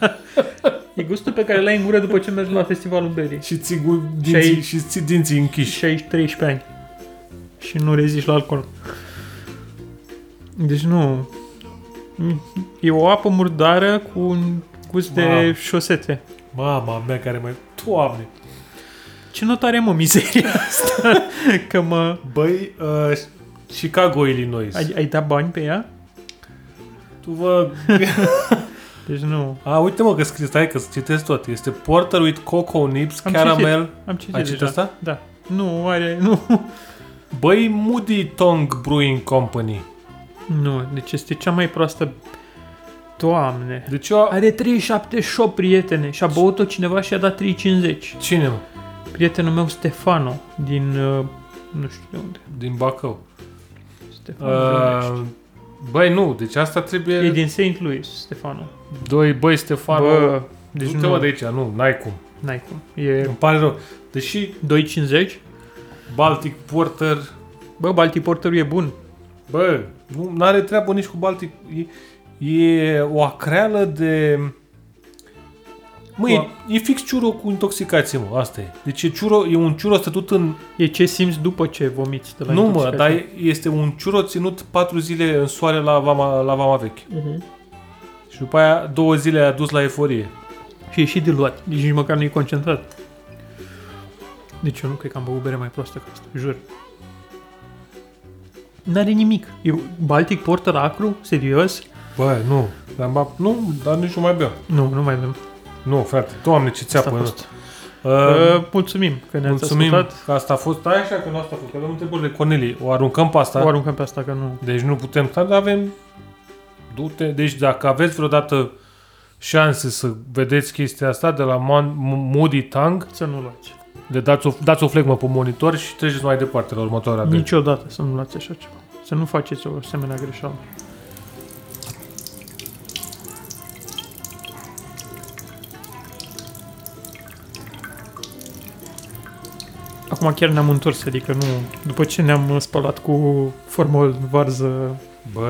Speaker 3: E gustul pe care îl ai în gură după ce mergi la festivalul berii.
Speaker 4: și ții gu-
Speaker 3: Și
Speaker 4: dinții,
Speaker 3: ai-
Speaker 4: și ții dinții închiși.
Speaker 3: și ai 13 ani și nu reziști la alcool. Deci nu... E o apă murdară cu un gust wow.
Speaker 4: Mamă.
Speaker 3: de șosete.
Speaker 4: Mama mea care mai... Doamne!
Speaker 3: Ce notă are, mă, mizeria asta? Că mă...
Speaker 4: Băi, uh, Chicago, Illinois.
Speaker 3: Ai, ai dat bani pe ea?
Speaker 4: Tu vă...
Speaker 3: Deci nu.
Speaker 4: A, uite mă că scrie, stai că citesc tot. Este Porter with Cocoa Nibs,
Speaker 3: Am
Speaker 4: Caramel...
Speaker 3: Am citit
Speaker 4: Ai
Speaker 3: deja.
Speaker 4: citit asta?
Speaker 3: Da. Nu, are... Nu.
Speaker 4: Băi, Moody Tong Brewing Company.
Speaker 3: Nu, deci este cea mai proastă... Doamne.
Speaker 4: Deci eu...
Speaker 3: Are 37 prietene și a băut-o cineva și a dat 3,50.
Speaker 4: Cine, mă?
Speaker 3: Prietenul meu, Stefano, din... uh, Nu știu de unde.
Speaker 4: Din Bacău.
Speaker 3: Stefano. Uh,
Speaker 4: Uh, băi, nu, deci asta trebuie...
Speaker 3: e din St. Louis, Stefano.
Speaker 4: Doi, băi, Stefano...
Speaker 3: Bă,
Speaker 4: deci
Speaker 3: deci
Speaker 4: nu te
Speaker 3: nu,
Speaker 4: de aici, nu, n-ai cum.
Speaker 3: n-ai cum. E
Speaker 4: Îmi pare rău. Deși
Speaker 3: 2,50.
Speaker 4: Baltic Porter...
Speaker 3: Bă, Baltic Porterul e bun.
Speaker 4: Bă, nu are treabă nici cu Baltic. E, e o acreală de... Mă, e, e fix ciuro cu intoxicație, mă, asta e. Deci e, ciuro, e un ciuro stătut în...
Speaker 3: E ce simți după ce vomiți de la
Speaker 4: nu, mă,
Speaker 3: intoxicație.
Speaker 4: dar e- este un ciuro ținut patru zile în soare la vama, la vama veche.
Speaker 3: Uh-huh.
Speaker 4: Și după aia două zile a dus la eforie.
Speaker 3: Și e și diluat. Deci nici măcar nu e concentrat. Deci eu nu cred că am băut bere mai proastă ca asta, jur. N-are nimic. E Baltic Porter acru? Serios?
Speaker 4: Bă, nu. Dar, ba, nu, dar nici nu mai beau.
Speaker 3: Nu, nu mai avem.
Speaker 4: Nu, frate, doamne, ce
Speaker 3: Asta
Speaker 4: țeapă.
Speaker 3: a
Speaker 4: nu.
Speaker 3: fost.
Speaker 4: Uh,
Speaker 3: Uh, mulțumim că ne-ați
Speaker 4: mulțumim
Speaker 3: ascultat.
Speaker 4: că asta a fost. Stai așa că nu asta a fost, că avem întrebările Cornelie. O aruncăm pe asta.
Speaker 3: O aruncăm pe asta că nu...
Speaker 4: Deci nu putem sta, dar avem dute. Deci dacă aveți vreodată șanse să vedeți chestia asta de la Man- M- Moody Tang,
Speaker 3: Să nu luați.
Speaker 4: le dați o, dați o flegmă pe monitor și treceți mai departe la următoarea bere.
Speaker 3: Niciodată să nu luați așa ceva. Să nu faceți o asemenea greșeală. Acum chiar ne-am întors, adică nu... După ce ne-am spălat cu formol varză...
Speaker 4: Băi,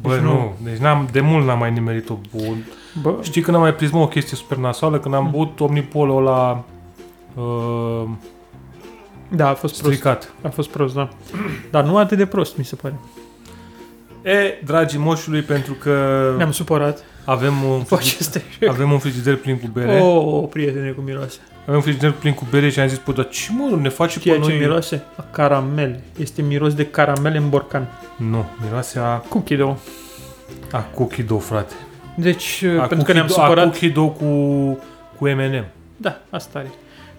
Speaker 4: băi,
Speaker 3: Deci
Speaker 4: nu.
Speaker 3: nu.
Speaker 4: Deci n-am, de mult n-am mai nimerit o bun.
Speaker 3: Bă,
Speaker 4: Știi când am mai prins mă, o chestie super nasoală? Când
Speaker 3: Hmm.
Speaker 4: am băut Omnipolo la uh,
Speaker 3: da, a fost prost.
Speaker 4: stricat.
Speaker 3: A fost prost, da. Dar nu atât de prost, mi se pare.
Speaker 4: E, dragii moșului, pentru că
Speaker 3: Ne-am supărat
Speaker 4: avem un,
Speaker 3: cu
Speaker 4: frigider,
Speaker 3: aceste
Speaker 4: avem un frigider plin cu bere.
Speaker 3: O, oh, prietene cu miroase.
Speaker 4: Avem un frigider plin cu bere și am zis, păi, dar ce mă, ne face
Speaker 3: Ceea
Speaker 4: pe
Speaker 3: ce
Speaker 4: noi?
Speaker 3: miroase? A caramel. Este miros de caramel în borcan.
Speaker 4: Nu, miroase a,
Speaker 3: Cookie dough.
Speaker 4: a cookie dough, frate.
Speaker 3: Deci,
Speaker 4: A
Speaker 3: pentru că
Speaker 4: cookie
Speaker 3: ne-am
Speaker 4: dough- A
Speaker 3: supărat...
Speaker 4: cookie dough cu, cu M&M.
Speaker 3: Da, asta are.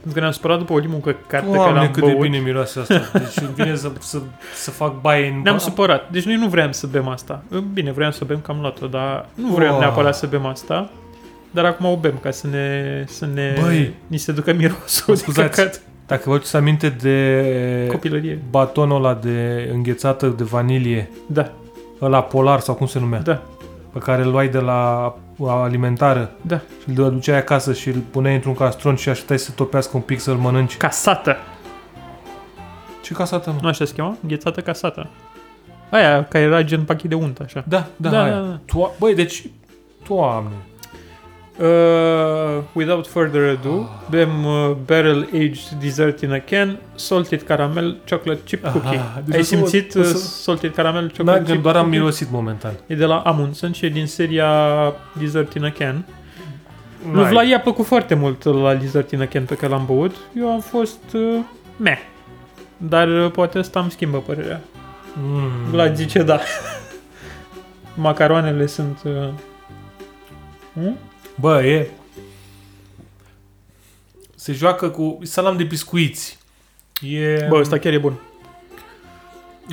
Speaker 3: Pentru că ne-am supărat după o limă că carte pe care
Speaker 4: Doamne,
Speaker 3: l-am
Speaker 4: cât de
Speaker 3: băut.
Speaker 4: bine miroase asta. Deci îmi vine să, să, să fac baie în...
Speaker 3: Ne-am supărat. Deci noi nu vreau să bem asta. Uh, Bine, vreau să bem, că am luat-o, dar nu vreau
Speaker 4: Oh.
Speaker 3: neapărat să bem asta. Dar acum o bem ca să ne, să ne
Speaker 4: Băi!
Speaker 3: ni se ducă mirosul de
Speaker 4: Scuzați.
Speaker 3: căcat.
Speaker 4: Dacă vă aduceți aminte de
Speaker 3: Copilărie.
Speaker 4: batonul ăla de înghețată de vanilie,
Speaker 3: Da,
Speaker 4: ăla polar sau cum se numea,
Speaker 3: da,
Speaker 4: pe care îl luai de la alimentară
Speaker 3: da.
Speaker 4: și îl aduceai acasă și îl puneai într-un castron și așteptai să topească un pic să-l mănânci.
Speaker 3: Casată.
Speaker 4: Ce casată, mă?
Speaker 3: Nu așa se cheamă? Ghețată casată. Aia care era gen pachet de unt, așa.
Speaker 4: Da, da,
Speaker 3: Da,
Speaker 4: da,
Speaker 3: da, da.
Speaker 4: da. To- Băi, deci... Doamne.
Speaker 3: Uh, without further ado, bem uh, Barrel Aged Dessert in a Can, Salted Caramel Chocolate Chip
Speaker 4: Aha,
Speaker 3: Cookie.
Speaker 4: deci
Speaker 3: Ai
Speaker 4: o să mă-
Speaker 3: simțit
Speaker 4: o
Speaker 3: uh,
Speaker 4: să-
Speaker 3: Salted Caramel Chocolate
Speaker 4: Da,
Speaker 3: Chip
Speaker 4: gen, doar am
Speaker 3: Cookie?
Speaker 4: mirosit momentan.
Speaker 3: E de la Amundsen și e din seria Dessert in a Can. Lui
Speaker 4: N-ai.
Speaker 3: Vlad i-a plăcut foarte mult la Dessert in a Can pe care l-am băut. Eu am fost... Uh, meh. Dar uh, poate asta îmi schimbă părerea.
Speaker 4: Mm.
Speaker 3: Vlad zice da. Macaroanele sunt... Uh, mm?
Speaker 4: Bă, e... Se joacă cu salam de biscuiți. E...
Speaker 3: Bă, ăsta chiar e bun.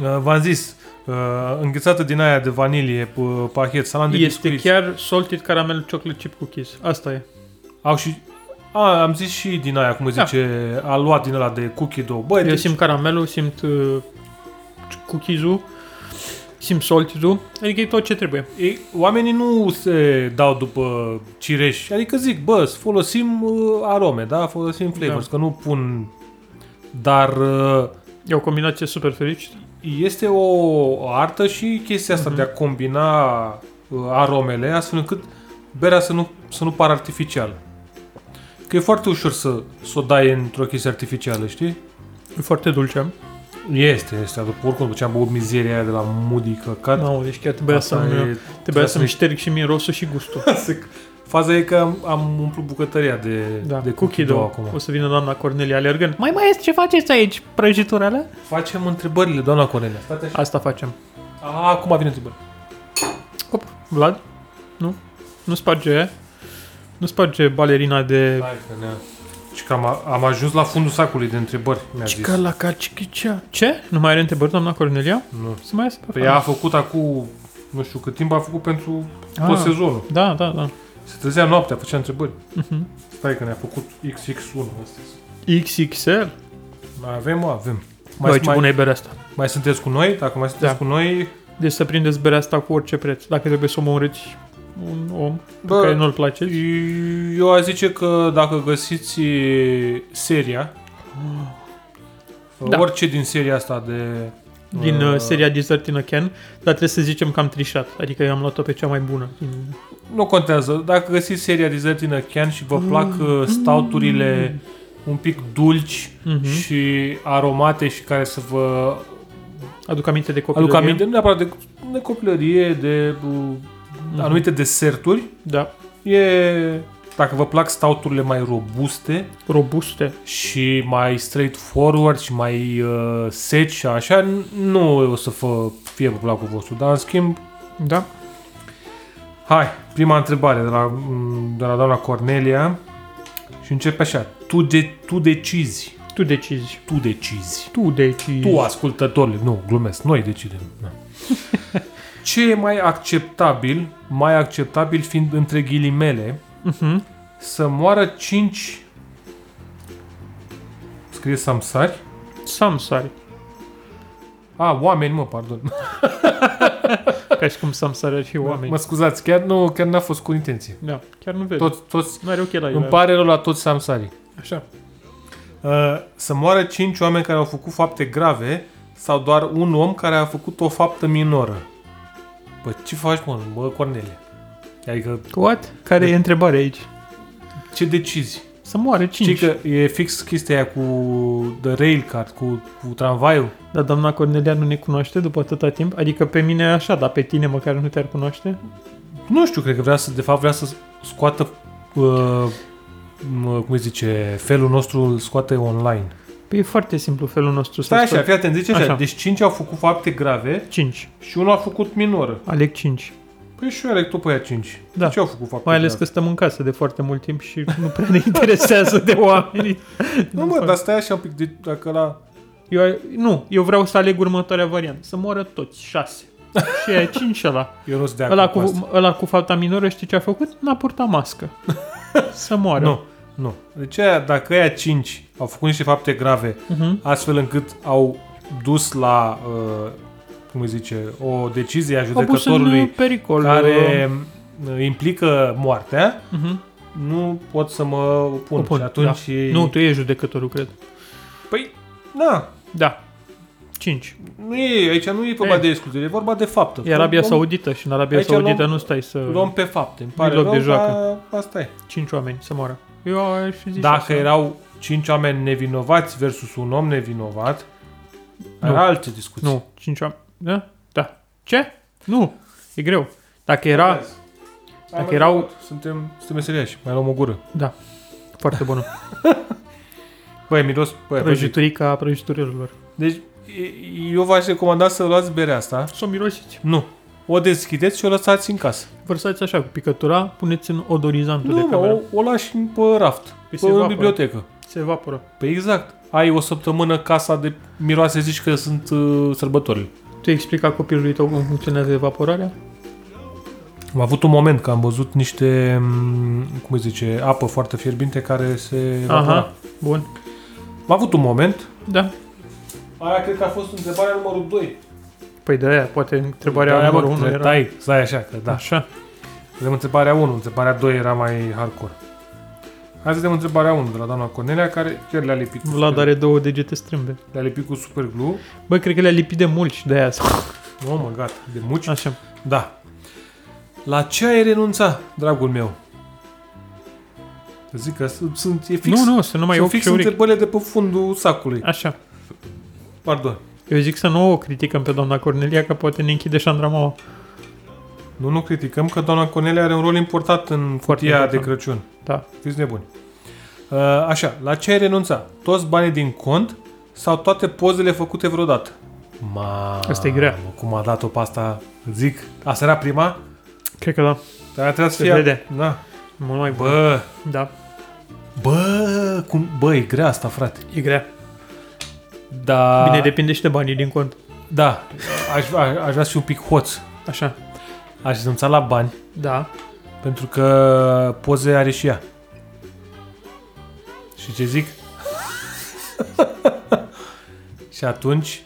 Speaker 4: Uh, V-am zis, uh, înghețată din aia de vanilie, p- pachet, salam de
Speaker 3: Este
Speaker 4: biscuiți.
Speaker 3: chiar Salted Caramel Chocolate Chip Cookies. Asta e.
Speaker 4: Au și... A, am zis și din aia, cum îi
Speaker 3: Da.
Speaker 4: zice, a luat din ăla de cookie dough. Băi,
Speaker 3: Eu
Speaker 4: deci,
Speaker 3: simt caramelul, simt uh, cookies-ul, simt salted-ul. Adică e tot ce trebuie.
Speaker 4: ei, oamenii nu se dau după cireș. Adică zic, bă, să folosim uh, arome, da? Folosim flavors,
Speaker 3: Da.
Speaker 4: că nu pun... Dar uh,
Speaker 3: E o combinație super fericită.
Speaker 4: este o artă și chestia asta
Speaker 3: Mhm.
Speaker 4: de a combina uh, aromele astfel încât berea să nu, să nu pară artificială. Că e foarte ușor să, să o dai într-o chestie artificială, știi?
Speaker 3: E foarte dulce.
Speaker 4: Este, este. După oricum, după ce am băut mizeria aia de la Moody căcat,
Speaker 3: Mamă, deci chiar trebuia
Speaker 4: asta
Speaker 3: să-mi,
Speaker 4: e-
Speaker 3: trebuia să-mi
Speaker 4: să-i-
Speaker 3: șterg și mirosul și gustul.
Speaker 4: se- Faza e că am, am umplut bucătăria de,
Speaker 3: Da,
Speaker 4: de
Speaker 3: de cookie dough.
Speaker 4: acum.
Speaker 3: O să vină doamna Cornelia alergând. Mai mai este ce faceți aici? Prăjitura alea?
Speaker 4: Facem întrebările, doamna Cornelia. Stați așa.
Speaker 3: Asta facem.
Speaker 4: A, acum vine întrebări.
Speaker 3: Hop, Vlad? Nu? Nu sparge Nu sparge balerina de...
Speaker 4: Hai că ne Și că am, am ajuns la fundul sacului de întrebări, mi-a zis.
Speaker 3: Cica la cacicicea. Ce? Nu mai are întrebări, doamna Cornelia?
Speaker 4: Nu.
Speaker 3: Să mai iasă pe
Speaker 4: Păi
Speaker 3: afară.
Speaker 4: ea a făcut acum, nu știu cât timp a făcut pentru
Speaker 3: Ah.
Speaker 4: tot sezonul.
Speaker 3: Da, da, da.
Speaker 4: Se trezea noaptea, făcea întrebări.
Speaker 3: Mhm.
Speaker 4: Stai că ne-a făcut XX1 astăzi.
Speaker 3: XXL?
Speaker 4: Mai avem, mă, avem. Mai,
Speaker 3: Băi, ce
Speaker 4: mai,
Speaker 3: bună e berea asta.
Speaker 4: mai sunteți cu noi? Dacă mai sunteți
Speaker 3: Da.
Speaker 4: cu noi,
Speaker 3: Deci să prindeți berea asta cu orice preț. Dacă trebuie să omorâți un om
Speaker 4: Bă,
Speaker 3: Bă, care nu-l place.
Speaker 4: eu aș zice că dacă găsiți seria,
Speaker 3: Da.
Speaker 4: da. orice din seria asta de...
Speaker 3: Din
Speaker 4: uh,
Speaker 3: uh, seria Dessert in a Can, dar trebuie să zicem că am trișat. Adică eu am luat-o pe cea mai bună. Din...
Speaker 4: Nu contează. Dacă găsiți seria Dessert in a Can și vă plac
Speaker 3: Mm.
Speaker 4: uh, stauturile un pic dulci
Speaker 3: Mhm.
Speaker 4: și aromate și care să vă
Speaker 3: Aduc aminte de copilărie.
Speaker 4: aduc aminte, nu neapărat de, de copilărie, de uh,
Speaker 3: Mhm.
Speaker 4: anumite deserturi,
Speaker 3: Da.
Speaker 4: e... Dacă vă plac stauturile mai robuste,
Speaker 3: Robuste.
Speaker 4: și mai straightforward și mai uh, seci și așa, n- nu o să fă, fie pe placul vostru. Dar, în schimb,
Speaker 3: Da.
Speaker 4: hai, prima întrebare de la, mm, de la doamna Cornelia și începe așa. Tu, de, tu decizi.
Speaker 3: Tu decizi.
Speaker 4: Tu decizi.
Speaker 3: Tu decizi.
Speaker 4: Tu, ascultătorule. Nu, glumesc. Noi decidem. Da. Ce e mai acceptabil, mai acceptabil fiind între ghilimele,
Speaker 3: Mhm.
Speaker 4: să moară 5 scrie samsari
Speaker 3: Samsari.
Speaker 4: A, oameni, mă, pardon.
Speaker 3: Ca și cum samsari ar fi oameni.
Speaker 4: Mă scuzați, chiar nu, chiar n-a fost cu intenție.
Speaker 3: Da. Chiar nu vezi.
Speaker 4: Toți, toți,
Speaker 3: Nu are ochii la
Speaker 4: îmi
Speaker 3: el.
Speaker 4: pare rău la toți samsarii.
Speaker 3: Așa.
Speaker 4: Uh, să moară cinci oameni care au făcut fapte grave sau doar un om care a făcut o faptă minoră. Bă, ce faci, mă, bă, Cornelia? Adică,
Speaker 3: Da. What? Care e întrebarea aici?
Speaker 4: ce decizi?
Speaker 3: Să moare
Speaker 4: Știi
Speaker 3: 5. Că...
Speaker 4: că e fix chestia aia cu the rail card, cu, cu tramvaiul.
Speaker 3: Dar doamna Cornelia nu ne cunoaște după atâta timp? Adică pe mine așa, dar pe tine măcar nu te-ar cunoaște?
Speaker 4: Nu știu, cred că vrea să, de fapt, vrea să scoată, uh, m- cum îi zice, felul nostru îl scoate online.
Speaker 3: Păi e foarte simplu felul nostru.
Speaker 4: Stai așa, fii atent, zice așa.
Speaker 3: Așa.
Speaker 4: așa. Deci 5 au făcut fapte grave
Speaker 3: 5.
Speaker 4: și unul a făcut minoră.
Speaker 3: Aleg 5.
Speaker 4: Păi și eu aleg tot pe aia 5.
Speaker 3: Da.
Speaker 4: De ce au făcut fapte
Speaker 3: Mai ales că
Speaker 4: grave?
Speaker 3: stăm în casă de foarte mult timp și nu prea ne interesează de oameni.
Speaker 4: Nu, mă, dar stai așa un pic, de, dacă la...
Speaker 3: Eu, nu, eu vreau să aleg următoarea variantă. Să moară toți, 6. Și e 5 ăla.
Speaker 4: Eu nu sunt de
Speaker 3: Ăla
Speaker 4: acord cu, asta.
Speaker 3: cu, ăla cu fapta minoră, știi ce a făcut? N-a purtat mască. Să moară.
Speaker 4: Nu, nu. Deci aia, dacă aia 5 au făcut niște fapte grave,
Speaker 3: Uh-huh.
Speaker 4: astfel încât au dus la, uh, cum îi zice, o decizie a
Speaker 3: A pus în uh,
Speaker 4: judecătorului
Speaker 3: pericol.
Speaker 4: care uh, implică moartea,
Speaker 3: Uh-huh.
Speaker 4: nu pot să mă opun.
Speaker 3: Opun,
Speaker 4: și atunci... Da.
Speaker 3: Nu, tu ești judecătorul, cred.
Speaker 4: Păi, na,
Speaker 3: Da. 5.
Speaker 4: nu e, aici nu e vorba
Speaker 3: E.
Speaker 4: e. de excluziune, e vorba de faptă.
Speaker 3: E Arabia
Speaker 4: Luăm-
Speaker 3: Saudită și în Arabia
Speaker 4: Aici
Speaker 3: Saudită
Speaker 4: luăm-
Speaker 3: nu stai să...
Speaker 4: Luăm pe fapte, îmi pare
Speaker 3: loc
Speaker 4: rău,
Speaker 3: de joacă.
Speaker 4: dar asta e.
Speaker 3: 5 oameni să moară. Eu aș fi zis
Speaker 4: Dacă
Speaker 3: așa.
Speaker 4: erau cinci oameni nevinovați versus un om nevinovat,
Speaker 3: Nu.
Speaker 4: era alte discuții.
Speaker 3: Nu, 5 oameni. Da? Da. Ce? Nu. E greu. Dacă era... Dacă
Speaker 4: Am
Speaker 3: erau-
Speaker 4: rezolvat. Da. Suntem, suntem meseriași, mai luăm o gură.
Speaker 3: Da. Foarte bună.
Speaker 4: Băi, miros, băi, prăjit.
Speaker 3: Prăjiturica prăjiturilor.
Speaker 4: Deci, e- eu v-aș recomanda să luați berea asta.
Speaker 3: Să o mirosiți.
Speaker 4: Nu. O deschideți și o lăsați în casă.
Speaker 3: Vărsați așa cu picătura, puneți în odorizantul
Speaker 4: Nu,
Speaker 3: de
Speaker 4: mă,
Speaker 3: cameră.
Speaker 4: o, o lași în- pe raft, pe,
Speaker 3: se
Speaker 4: pe în
Speaker 3: evaporă.
Speaker 4: bibliotecă.
Speaker 3: Se evaporă.
Speaker 4: Pe exact. Ai o săptămână casa de miroase, zici că sunt uh, sărbătorile.
Speaker 3: Tu ai explicat copilului tău cum funcționează evaporarea?
Speaker 4: Am avut un moment că am văzut niște, m, cum îi zice, apă foarte fierbinte care se evapora.
Speaker 3: Aha. Bun.
Speaker 4: Am avut un moment.
Speaker 3: Da.
Speaker 4: Aia cred că a fost întrebarea numărul 2.
Speaker 3: Păi de aia, poate întrebarea
Speaker 4: Da,
Speaker 3: numărul
Speaker 4: mă,
Speaker 3: 1 era...
Speaker 4: Tai, stai așa, că da.
Speaker 3: Așa.
Speaker 4: Vedem întrebarea 1, întrebarea 2 era mai hardcore. Hai să vedem întrebarea 1 de la doamna Cornelia, care chiar le-a lipit, cu
Speaker 3: Vlad
Speaker 4: super,
Speaker 3: are două degete strâmbe.
Speaker 4: le-a lipit cu super glue.
Speaker 3: Bă, cred că le-a lipit de mult și de aia.
Speaker 4: Oh, mă, gata, de muci.
Speaker 3: Așa.
Speaker 4: Da. La ce ai renunța, dragul meu? Să zic că sunt, sunt- e fix,
Speaker 3: Nu, nu, să nu mai
Speaker 4: sunt
Speaker 3: ochi
Speaker 4: fix
Speaker 3: și uric.
Speaker 4: întrebările de pe fundul sacului.
Speaker 3: Așa.
Speaker 4: Pardon.
Speaker 3: Eu zic să nu o criticăm pe doamna Cornelia, că poate ne închide Șandra Mama.
Speaker 4: Nu, nu criticăm că doamna Cornelia are un rol important în cutia de
Speaker 3: important.
Speaker 4: Crăciun.
Speaker 3: Da.
Speaker 4: Fiți nebuni. Uh, Așa, la ce ai renunțat? Toți banii din cont sau toate pozele făcute vreodată? Ma,
Speaker 3: Asta e grea.
Speaker 4: Cum a dat-o pe asta, zic. Asta era prima?
Speaker 3: Cred că da.
Speaker 4: Dar trebuia să
Speaker 3: Se
Speaker 4: fie...
Speaker 3: vede.
Speaker 4: Da.
Speaker 3: Mult mai bun.
Speaker 4: Bă,
Speaker 3: Da.
Speaker 4: bă, cum, bă, e grea asta, frate.
Speaker 3: E grea.
Speaker 4: Da,
Speaker 3: Bine, depinde și de banii din cont.
Speaker 4: da, aș, aș, aș vrea să fiu un pic hoț.
Speaker 3: Așa.
Speaker 4: Aș renunța la bani,
Speaker 3: Da.
Speaker 4: pentru că poze are și ea. Și ce zic? și atunci...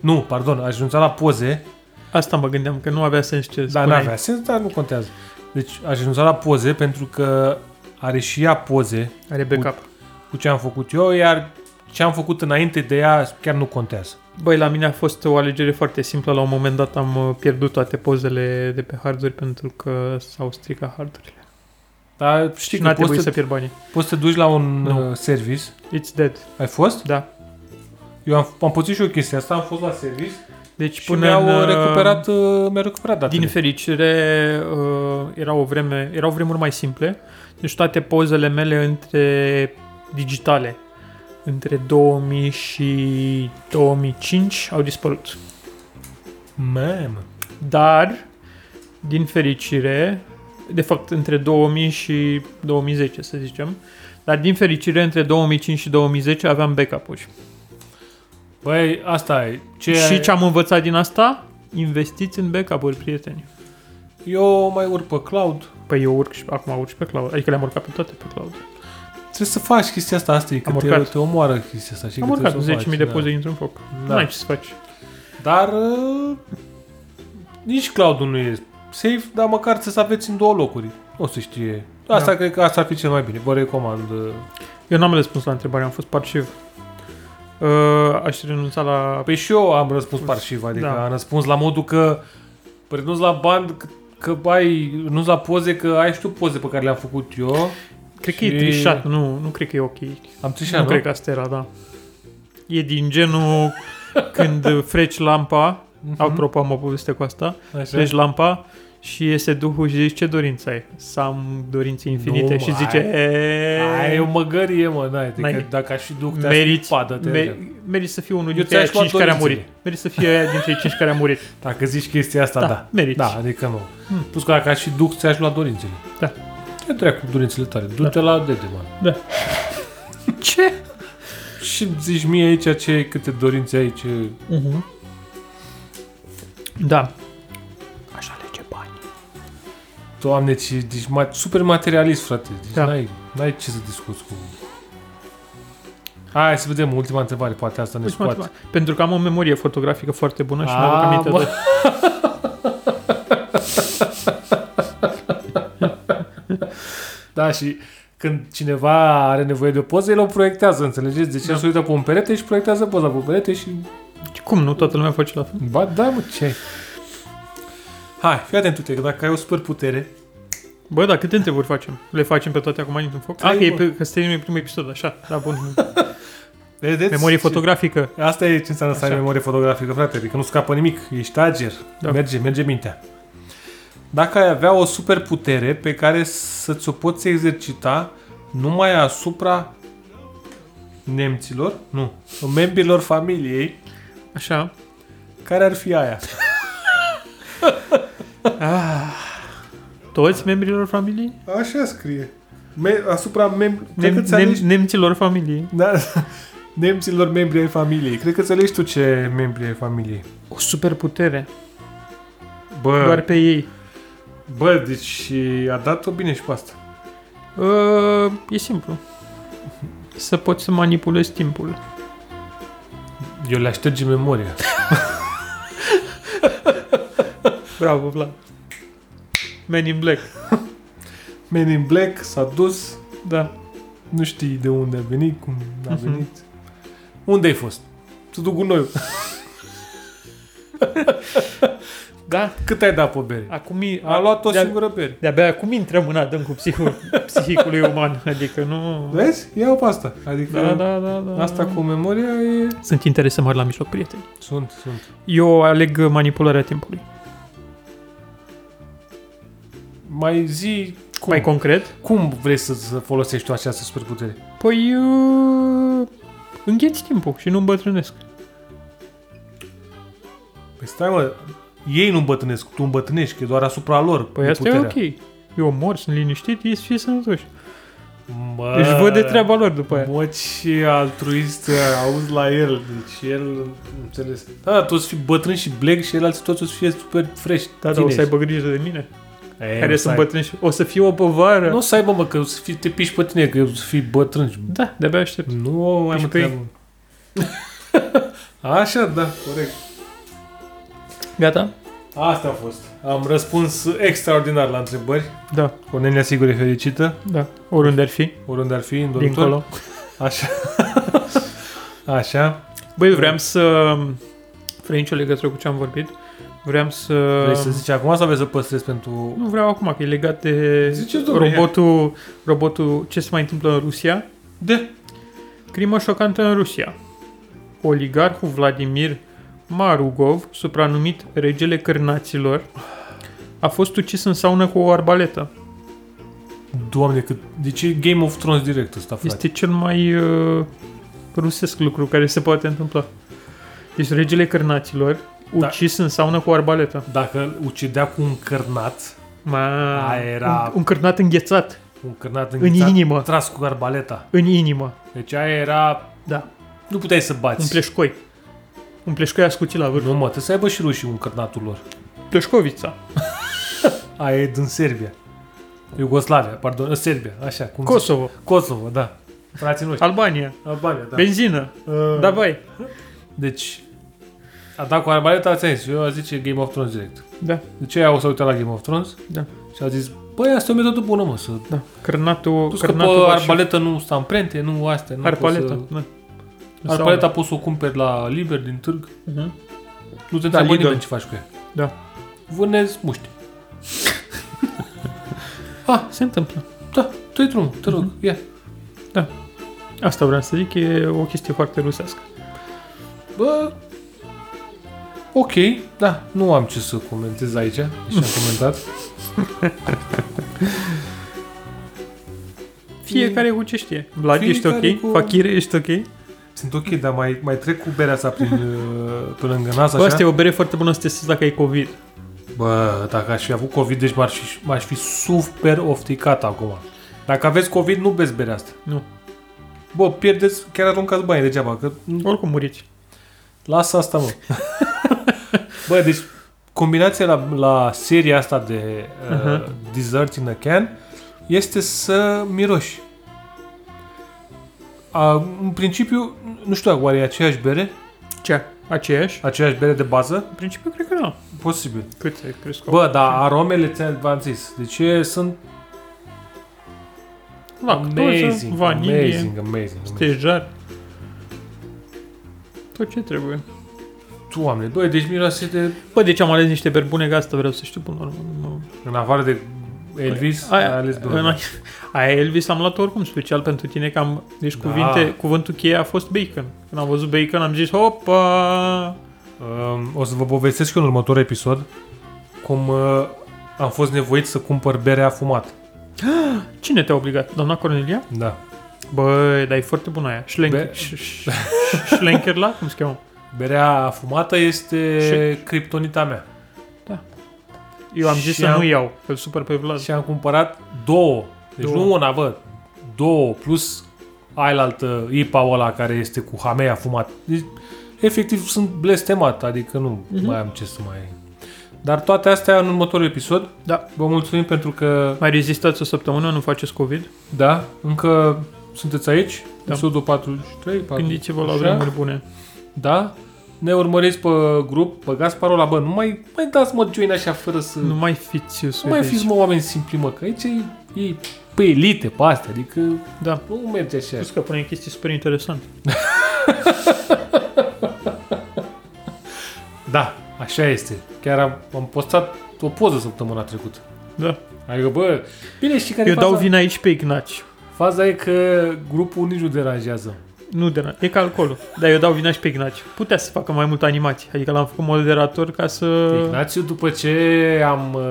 Speaker 4: Nu, pardon, aș renunța la poze,
Speaker 3: Asta mă gândeam, că nu avea sens ce
Speaker 4: Dar
Speaker 3: spuneai.
Speaker 4: nu avea sens, dar nu contează. Deci aș renunța la poze pentru că are și ea poze
Speaker 3: Are backup.
Speaker 4: cu ce am făcut eu, iar ce am făcut înainte de ea chiar nu contează.
Speaker 3: Băi, la mine a fost o alegere foarte simplă. La un moment dat am uh, pierdut toate pozele de pe harduri pentru că s-au stricat hardurile.
Speaker 4: Dar
Speaker 3: Și
Speaker 4: știi
Speaker 3: n-a
Speaker 4: că poți
Speaker 3: trebuit
Speaker 4: să,
Speaker 3: să pierd banii.
Speaker 4: poți să te duci la un
Speaker 3: Nu.
Speaker 4: uh, service.
Speaker 3: It's dead.
Speaker 4: Ai fost?
Speaker 3: Da.
Speaker 4: Eu am, am pățit și eu chestia asta, am fost la service
Speaker 3: Deci
Speaker 4: și
Speaker 3: până
Speaker 4: mi-au
Speaker 3: în,
Speaker 4: uh,
Speaker 3: uh,
Speaker 4: recuperat, uh, mi-au recuperat datele.
Speaker 3: Din fericire, uh, era o vreme, erau vremuri mai simple. Deci toate pozele mele între digitale, între 2000 și 2005 au dispărut.
Speaker 4: Mamă.
Speaker 3: Dar, din fericire, de fapt între 2000 și 2010 să zicem, dar din fericire între 2005 și 2010 aveam backup-uri.
Speaker 4: Băi, asta e. Ce
Speaker 3: Și
Speaker 4: ai-
Speaker 3: Păi, ce am învățat din asta? Investiți în backup-uri, prieteni.
Speaker 4: Eu mai urc pe cloud.
Speaker 3: Păi eu urc și acum urc și pe cloud, adică le-am urcat pe toate pe cloud.
Speaker 4: Trebuie să faci chestia asta, asta e că
Speaker 3: Am
Speaker 4: te,
Speaker 3: urcat.
Speaker 4: te omoară chestia asta. știi
Speaker 3: Am
Speaker 4: că
Speaker 3: urcat
Speaker 4: trebuie să o
Speaker 3: 10.000 de
Speaker 4: faci,
Speaker 3: poze dintr-un foc.
Speaker 4: Da.
Speaker 3: Da. N-ai ce să faci.
Speaker 4: Dar uh, nici cloud nu e safe, dar măcar să aveți în două locuri. O să știe. Asta
Speaker 3: Da.
Speaker 4: cred că asta ar fi cel mai bine. Vă recomand. uh.
Speaker 3: Eu n-am răspuns la întrebare, am fost parșiv. Uh, aș renunța la...
Speaker 4: Păi și eu am răspuns parșiv, adică da.
Speaker 3: Da.
Speaker 4: am răspuns la modul că păi renunți la band, că, că ai, renunți la poze, că ai și tu poze pe care le-am făcut eu.
Speaker 3: Cred că
Speaker 4: Și-
Speaker 3: e trișat, nu, nu cred că e ok.
Speaker 4: Am trișat,
Speaker 3: nu
Speaker 4: nu?
Speaker 3: cred că asta era, da. E din genul când freci lampa, apropo am o poveste cu asta,
Speaker 4: Mhm. Așa.
Speaker 3: freci lampa și iese duhul și zici ce dorință ai? Să am dorințe infinite
Speaker 4: mă,
Speaker 3: și zice
Speaker 4: Ai o măgărie, mă, n-ai,
Speaker 3: N-ai.
Speaker 4: că dacă aș fi duc, te-aș
Speaker 3: Meriți,
Speaker 4: spadă, te
Speaker 3: me, meriți să fii unul dintre
Speaker 4: ți-aș
Speaker 3: aia
Speaker 4: lua
Speaker 3: cinci care a murit.
Speaker 4: dorințele.
Speaker 3: Meriți să fii aia dintre cinci care a murit.
Speaker 4: Dacă zici chestia asta, da.
Speaker 3: Da,
Speaker 4: Da,
Speaker 3: meriți.
Speaker 4: da adică nu. Hmm. Plus că dacă aș fi duc, ți-aș lua dorințele.
Speaker 3: Da.
Speaker 4: Ce dracu cu dorințele tale? Du-te la dede, mă.
Speaker 3: Da. Ce?
Speaker 4: Și îmi zici mie aici ce, câte dorințe ai, ce...
Speaker 3: Uh-huh. Da.
Speaker 4: Doamne, ce, deci ma, super materialist, frate. Deci
Speaker 3: Da.
Speaker 4: n-ai, n-ai ce să discuți cu... Hai să vedem ultima întrebare, poate asta ne
Speaker 3: Deci, mă,
Speaker 4: scoate.
Speaker 3: pentru că am o memorie fotografică foarte bună și
Speaker 4: A,
Speaker 3: mi-aduc aminte
Speaker 4: mă.
Speaker 3: de...
Speaker 4: Da, și când cineva are nevoie de o poză, el o proiectează, înțelegeți? Deci el se uită pe un perete și proiectează poza pe perete și
Speaker 3: Cum nu? Toată lumea face la fel?
Speaker 4: Ba da, mă, ce Hai, fii atent tu, că dacă ai o super putere,
Speaker 3: Bă, da, câte întrebări facem? Le facem pe toate acum în foc?
Speaker 4: Ai,
Speaker 3: Ah, că, e
Speaker 4: mă.
Speaker 3: pe, că suntem în primul episod, așa. Da, bun.
Speaker 4: vedeți?
Speaker 3: Memorie
Speaker 4: Ce-
Speaker 3: fotografică.
Speaker 4: Asta e ce înseamnă să ai
Speaker 3: Așa.
Speaker 4: memorie fotografică, frate, adică nu scapă nimic, ești ager, da.
Speaker 3: Da.
Speaker 4: merge, merge mintea. Dacă ai avea o super putere pe care să ți-o poți exercita numai asupra nemților, nu, membrilor familiei,
Speaker 3: Așa.
Speaker 4: care ar fi aia?
Speaker 3: Toți membrilor familiei?
Speaker 4: Așa scrie. Me- asupra mem-
Speaker 3: Nem, nem, nemților familiei.
Speaker 4: Da. Nemților membri ai familiei. Cred că înțelegi tu ce membri ai familiei.
Speaker 3: O superputere.
Speaker 4: Bă,
Speaker 3: Doar pe ei.
Speaker 4: bă, deci a dat-o bine și pe asta.
Speaker 3: Uh, e simplu. Să poți să manipulezi timpul.
Speaker 4: Eu le așterge memoria.
Speaker 3: Bravo, Vlad. Man in Black.
Speaker 4: Man in Black s-a dus,
Speaker 3: Da.
Speaker 4: nu știi de unde a venit, cum a
Speaker 3: Mhm.
Speaker 4: venit. Unde ai fost? Să duc gunoiul.
Speaker 3: Da?
Speaker 4: Cât ai dat pe bere?
Speaker 3: Acum e,
Speaker 4: A luat o
Speaker 3: de-a-
Speaker 4: singură bere.
Speaker 3: De-abia acum intrăm în adânc cu psihul, psihicului uman. Adică nu...
Speaker 4: Vezi? Ia-o pe asta. Adică
Speaker 3: Da, da, da, da.
Speaker 4: asta cu memoria e...
Speaker 3: Sunt interese mari la mijloc, prieteni.
Speaker 4: Sunt, sunt.
Speaker 3: Eu aleg manipularea timpului.
Speaker 4: Mai zi cum,
Speaker 3: Mai concret?
Speaker 4: cum vrei să, să folosești tu această superputere?
Speaker 3: Păi... Uh, îngheți timpul și nu îmbătrânesc.
Speaker 4: Păi stai mă, ei nu îmbătrânesc, tu îmbătrânești, că e doar asupra lor
Speaker 3: Păi
Speaker 4: e
Speaker 3: asta
Speaker 4: puterea.
Speaker 3: e ok. Eu mor, sunt liniștit, ei să fie sănătoși.
Speaker 4: Mă,
Speaker 3: Își văd de treaba lor după aia.
Speaker 4: Mă, ce altruist ă, auzi la el. Deci el, înțeles. Da, toți fi bătrâni și black și el alții toți o să fie super fresh.
Speaker 3: Da, dar o să aibă grijă de mine.
Speaker 4: Care
Speaker 3: Care sunt bătrân și... O să fie o povară.
Speaker 4: Nu o să aibă, mă, că o să fii, te piși pe tine, că o să fii bătrân și...
Speaker 3: Da, de-abia aștept.
Speaker 4: Nu mai
Speaker 3: Piși
Speaker 4: mă
Speaker 3: pe ei.
Speaker 4: treabă. Așa, da, corect.
Speaker 3: Gata?
Speaker 4: Asta a fost. Am răspuns extraordinar la întrebări.
Speaker 3: Da,
Speaker 4: Cornelia sigur e fericită,
Speaker 3: da. Oriunde ar fi,
Speaker 4: oriunde ar fi, în dormitor.
Speaker 3: dincolo.
Speaker 4: Așa. Așa.
Speaker 3: Băi, vreau să... Fără nicio legătură cu ce am vorbit. Vreau să...
Speaker 4: Vrei să zici acum sau vrei să păstrezi pentru...
Speaker 3: Nu vreau acum, că e legat de
Speaker 4: Ziceți, domnule.
Speaker 3: robotul, robotul, ce se mai întâmplă în Rusia.
Speaker 4: De?
Speaker 3: Crimă șocantă în Rusia. Oligarhul Vladimir Marugov, supranumit regele cărnaților, a fost ucis în saună cu o arbaletă.
Speaker 4: Exact. Doamne, cât... Deci e Game of Thrones direct ăsta, frate.
Speaker 3: Este cel mai uh, rusesc lucru care se poate întâmpla. Deci regele cărnaților,
Speaker 4: Da.
Speaker 3: ucis în saună cu o arbaletă.
Speaker 4: Dacă îl ucidea cu un cărnat,
Speaker 3: Ma,
Speaker 4: A, era-
Speaker 3: un, un cărnat înghețat
Speaker 4: un cărnat
Speaker 3: în
Speaker 4: înghițat,
Speaker 3: inimă.
Speaker 4: tras cu arbaleta.
Speaker 3: În inimă,
Speaker 4: Deci aia era...
Speaker 3: da.
Speaker 4: Nu puteai să bați.
Speaker 3: Un pleșcoi. Un pleșcoi ascuțit la vârf.
Speaker 4: Nu mă, trebuie să aibă și rușii un cărnatul lor.
Speaker 3: Pleșcovița.
Speaker 4: Aia e din Serbia. Iugoslavia, pardon, în Serbia, așa. Cum zic?
Speaker 3: Kosovo.
Speaker 4: Kosovo, da. Frații noștri.
Speaker 3: Albania.
Speaker 4: Albania, da.
Speaker 3: Benzină.
Speaker 4: Uh,
Speaker 3: Da, bai.
Speaker 4: Deci, atacul arbaleta, ți-am zis, eu a zice Game of Thrones direct.
Speaker 3: Da,
Speaker 4: Deci aia o să uita la Game of Thrones
Speaker 3: da,
Speaker 4: și a zis, băi, asta e o metodă bună, mă, să
Speaker 3: da. Cărnatul,
Speaker 4: Plus că pe
Speaker 3: cărnatul va și-
Speaker 4: arbaletă nu sunt amprente, nu astea. Nu
Speaker 3: Arpaleta.
Speaker 4: Poți
Speaker 3: Da.
Speaker 4: să... Arpaleta poți să o cumperi la liber din târg.
Speaker 3: Mhm.
Speaker 4: Uh-huh. Nu te întreabă
Speaker 3: Lidl.
Speaker 4: nimeni ce faci cu ea.
Speaker 3: Da.
Speaker 4: Vânezi muște.
Speaker 3: Ah, se întâmplă.
Speaker 4: Da, dă drumul, te rog,
Speaker 3: Mhm.
Speaker 4: ia.
Speaker 3: Asta vreau să zic, e o chestie foarte rusească.
Speaker 4: Bă, ok, da, nu am ce să comentez aici, și am comentat.
Speaker 3: Fiecare cu ce știe. Vlad, ești
Speaker 4: Fiecare
Speaker 3: ok?
Speaker 4: cu-
Speaker 3: Fakir, ești ok?
Speaker 4: Sunt ok, dar mai, mai trec cu berea asta prin, uh, pe lângă nas,
Speaker 3: Bă, asta e
Speaker 4: așa.
Speaker 3: o bere foarte bună să testezi dacă ai COVID.
Speaker 4: Bă, dacă aș fi avut COVID, deci m-aș fi, m-aș fi super ofticat acum. Dacă aveți COVID, nu beți berea asta.
Speaker 3: Nu.
Speaker 4: Bă, pierdeți, chiar aruncați banii degeaba, că
Speaker 3: Oricum muriți.
Speaker 4: Lasă asta, mă. Bă, deci combinația la, la seria asta de uh,
Speaker 3: Mhm.
Speaker 4: Dessert in a Can este să miroși. A, în principiu, nu știu dacă oare e aceeași bere,
Speaker 3: Ce? Aceeași?
Speaker 4: aceeași bere de bază,
Speaker 3: În principiu, cred că nu.
Speaker 4: posibil.
Speaker 3: Cât ai crezut?
Speaker 4: Bă, dar aromele, ți-am v-am zis, deci e- sunt
Speaker 3: lactoză,
Speaker 4: amazing,
Speaker 3: vanilie,
Speaker 4: amazing, amazing, amazing.
Speaker 3: stejar. Tot ce trebuie.
Speaker 4: Doamne, doi, deci miroase de,
Speaker 3: Bă, de ce am ales niște beri bune? Că asta vreau să știu până la urmă. nu mă-
Speaker 4: în afară de Elvis, ai ales
Speaker 3: Păi,
Speaker 4: da.
Speaker 3: în,
Speaker 4: bere.
Speaker 3: aia Elvis am luat oricum special pentru tine că am, deci
Speaker 4: Da.
Speaker 3: cuvinte, cuvântul cheie a fost bacon. Când am văzut bacon am zis hopa!
Speaker 4: Um, o să vă povestesc eu în următorul episod cum uh, am fost nevoit să cumpăr berea afumat.
Speaker 3: Cine te-a obligat? Doamna Cornelia?
Speaker 4: Da.
Speaker 3: Bă, dar e foarte bună aia. Schlenker,
Speaker 4: Be-
Speaker 3: sh- sh- sh- Schlenker la? Cum se cheamă?
Speaker 4: Berea afumată este
Speaker 3: Și-
Speaker 4: criptonita mea.
Speaker 3: Eu am
Speaker 4: Și
Speaker 3: zis să
Speaker 4: am-
Speaker 3: nu iau, că super pe Vlad.
Speaker 4: Și am cumpărat două. Deci
Speaker 3: Două.
Speaker 4: nu una, bă. Două plus ailaltă IPA ăla care este cu hamei afumat. Deci, efectiv sunt blestemat, adică nu
Speaker 3: Mhm.
Speaker 4: uh-huh. mai am ce să mai... Dar toate astea în următorul episod.
Speaker 3: Da.
Speaker 4: Vă mulțumim pentru că
Speaker 3: Mai rezistați o săptămână, nu faceți COVID.
Speaker 4: Da, încă sunteți aici,
Speaker 3: Da.
Speaker 4: da. episodul 43, 43.
Speaker 3: Gândiți-vă la
Speaker 4: așa.
Speaker 3: vremuri bune.
Speaker 4: Da, ne urmăriți pe grup, băgați parola, bă, nu mai, mai dați mă join așa fără să...
Speaker 3: Nu
Speaker 4: Nu,
Speaker 3: mai fiți
Speaker 4: nu mai
Speaker 3: suedezi.
Speaker 4: fiți mă oameni simpli, mă, că aici e, e pe elite, pe astea, adică
Speaker 3: Da.
Speaker 4: nu merge așa.
Speaker 3: Plus că punem chestii super interesante.
Speaker 4: Da, așa este. Chiar am, am postat o poză săptămâna trecută.
Speaker 3: Da.
Speaker 4: Adică, bă, bine știi care
Speaker 3: Eu
Speaker 4: e faza?
Speaker 3: dau vina aici pe Ignaci.
Speaker 4: Faza e că grupul nici nu deranjează.
Speaker 3: Nu de la... E ca alcoolul. Dar eu dau vina și pe Ignaci. Putea să facă mai mult animații. Adică l-am făcut moderator ca să...
Speaker 4: Ignațiu, după ce am uh,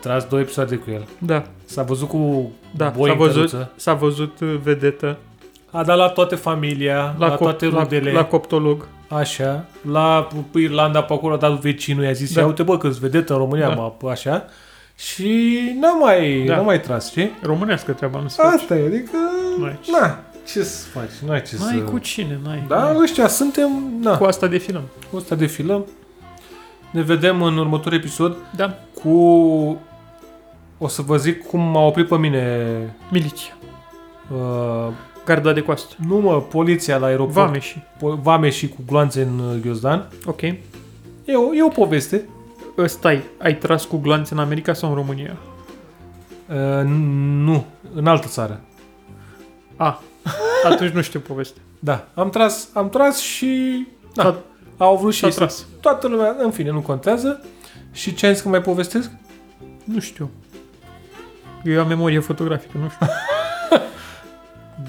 Speaker 4: tras două episoade cu el,
Speaker 3: Da.
Speaker 4: S-a văzut cu
Speaker 3: Da.
Speaker 4: boi
Speaker 3: S-a
Speaker 4: în
Speaker 3: văzut,
Speaker 4: căruță.
Speaker 3: s-a văzut uh, vedetă.
Speaker 4: A dat la toată familia, la, la
Speaker 3: cop-
Speaker 4: toate rudele,
Speaker 3: La,
Speaker 4: la,
Speaker 3: la coptolog.
Speaker 4: așa. La pe Irlanda, pe acolo a dat vecinul, i-a zis,
Speaker 3: Da.
Speaker 4: da. ia uite bă că vedetă în România,
Speaker 3: Da.
Speaker 4: da. mă, p- așa. Și n-a mai,
Speaker 3: Da.
Speaker 4: da. n-a mai tras, știi?
Speaker 3: Românească treaba, nu se face.
Speaker 4: Asta e, adică,
Speaker 3: N-ai ce
Speaker 4: na, ce să faci, n-ai ce
Speaker 3: N-ai
Speaker 4: să...
Speaker 3: cu cine, n-ai.
Speaker 4: Da,
Speaker 3: n-ai.
Speaker 4: ăștia suntem, na,
Speaker 3: Cu asta defilăm.
Speaker 4: cu ăsta defilăm. Ne vedem în următorul episod
Speaker 3: Da.
Speaker 4: cu... O să vă zic cum m-a oprit pe mine
Speaker 3: Milicia.
Speaker 4: uh,
Speaker 3: Garda de coastă.
Speaker 4: Nu mă, poliția la aeroport.
Speaker 3: Vameși.
Speaker 4: Po- Vame și cu gloanțe în uh, ghiozdan.
Speaker 3: Ok.
Speaker 4: E o, e o poveste.
Speaker 3: Ă, Stai, ai tras cu gloanțe în America sau în România?
Speaker 4: Uh, nu, în altă țară.
Speaker 3: A, atunci nu știu poveste.
Speaker 4: Da, am tras, am tras și... Da,
Speaker 3: S-a-
Speaker 4: au vrut
Speaker 3: S-a
Speaker 4: și să...
Speaker 3: tras.
Speaker 4: Toată lumea, în fine, nu contează. Și ce ai zis că mai povestesc?
Speaker 3: Nu știu. Eu am memorie fotografică, nu știu.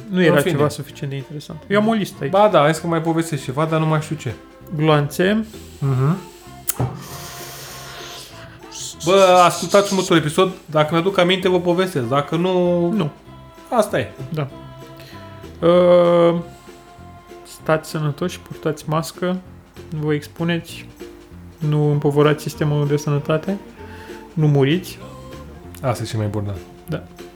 Speaker 3: nu era
Speaker 4: În fine.
Speaker 3: ceva suficient de interesant. Eu am o listă aici.
Speaker 4: Ba da, ai zis că mai povestesc ceva, dar nu mai știu ce.
Speaker 3: Gloanțe.
Speaker 4: Uh-huh. Bă, ascultați următorul episod. Dacă mi-aduc aminte, vă povestesc. Dacă nu...
Speaker 3: Nu.
Speaker 4: Asta e.
Speaker 3: Uh, stați sănătoși, purtați mască, nu vă expuneți, nu împovorați sistemul de sănătate, nu muriți.
Speaker 4: Asta e cel mai important.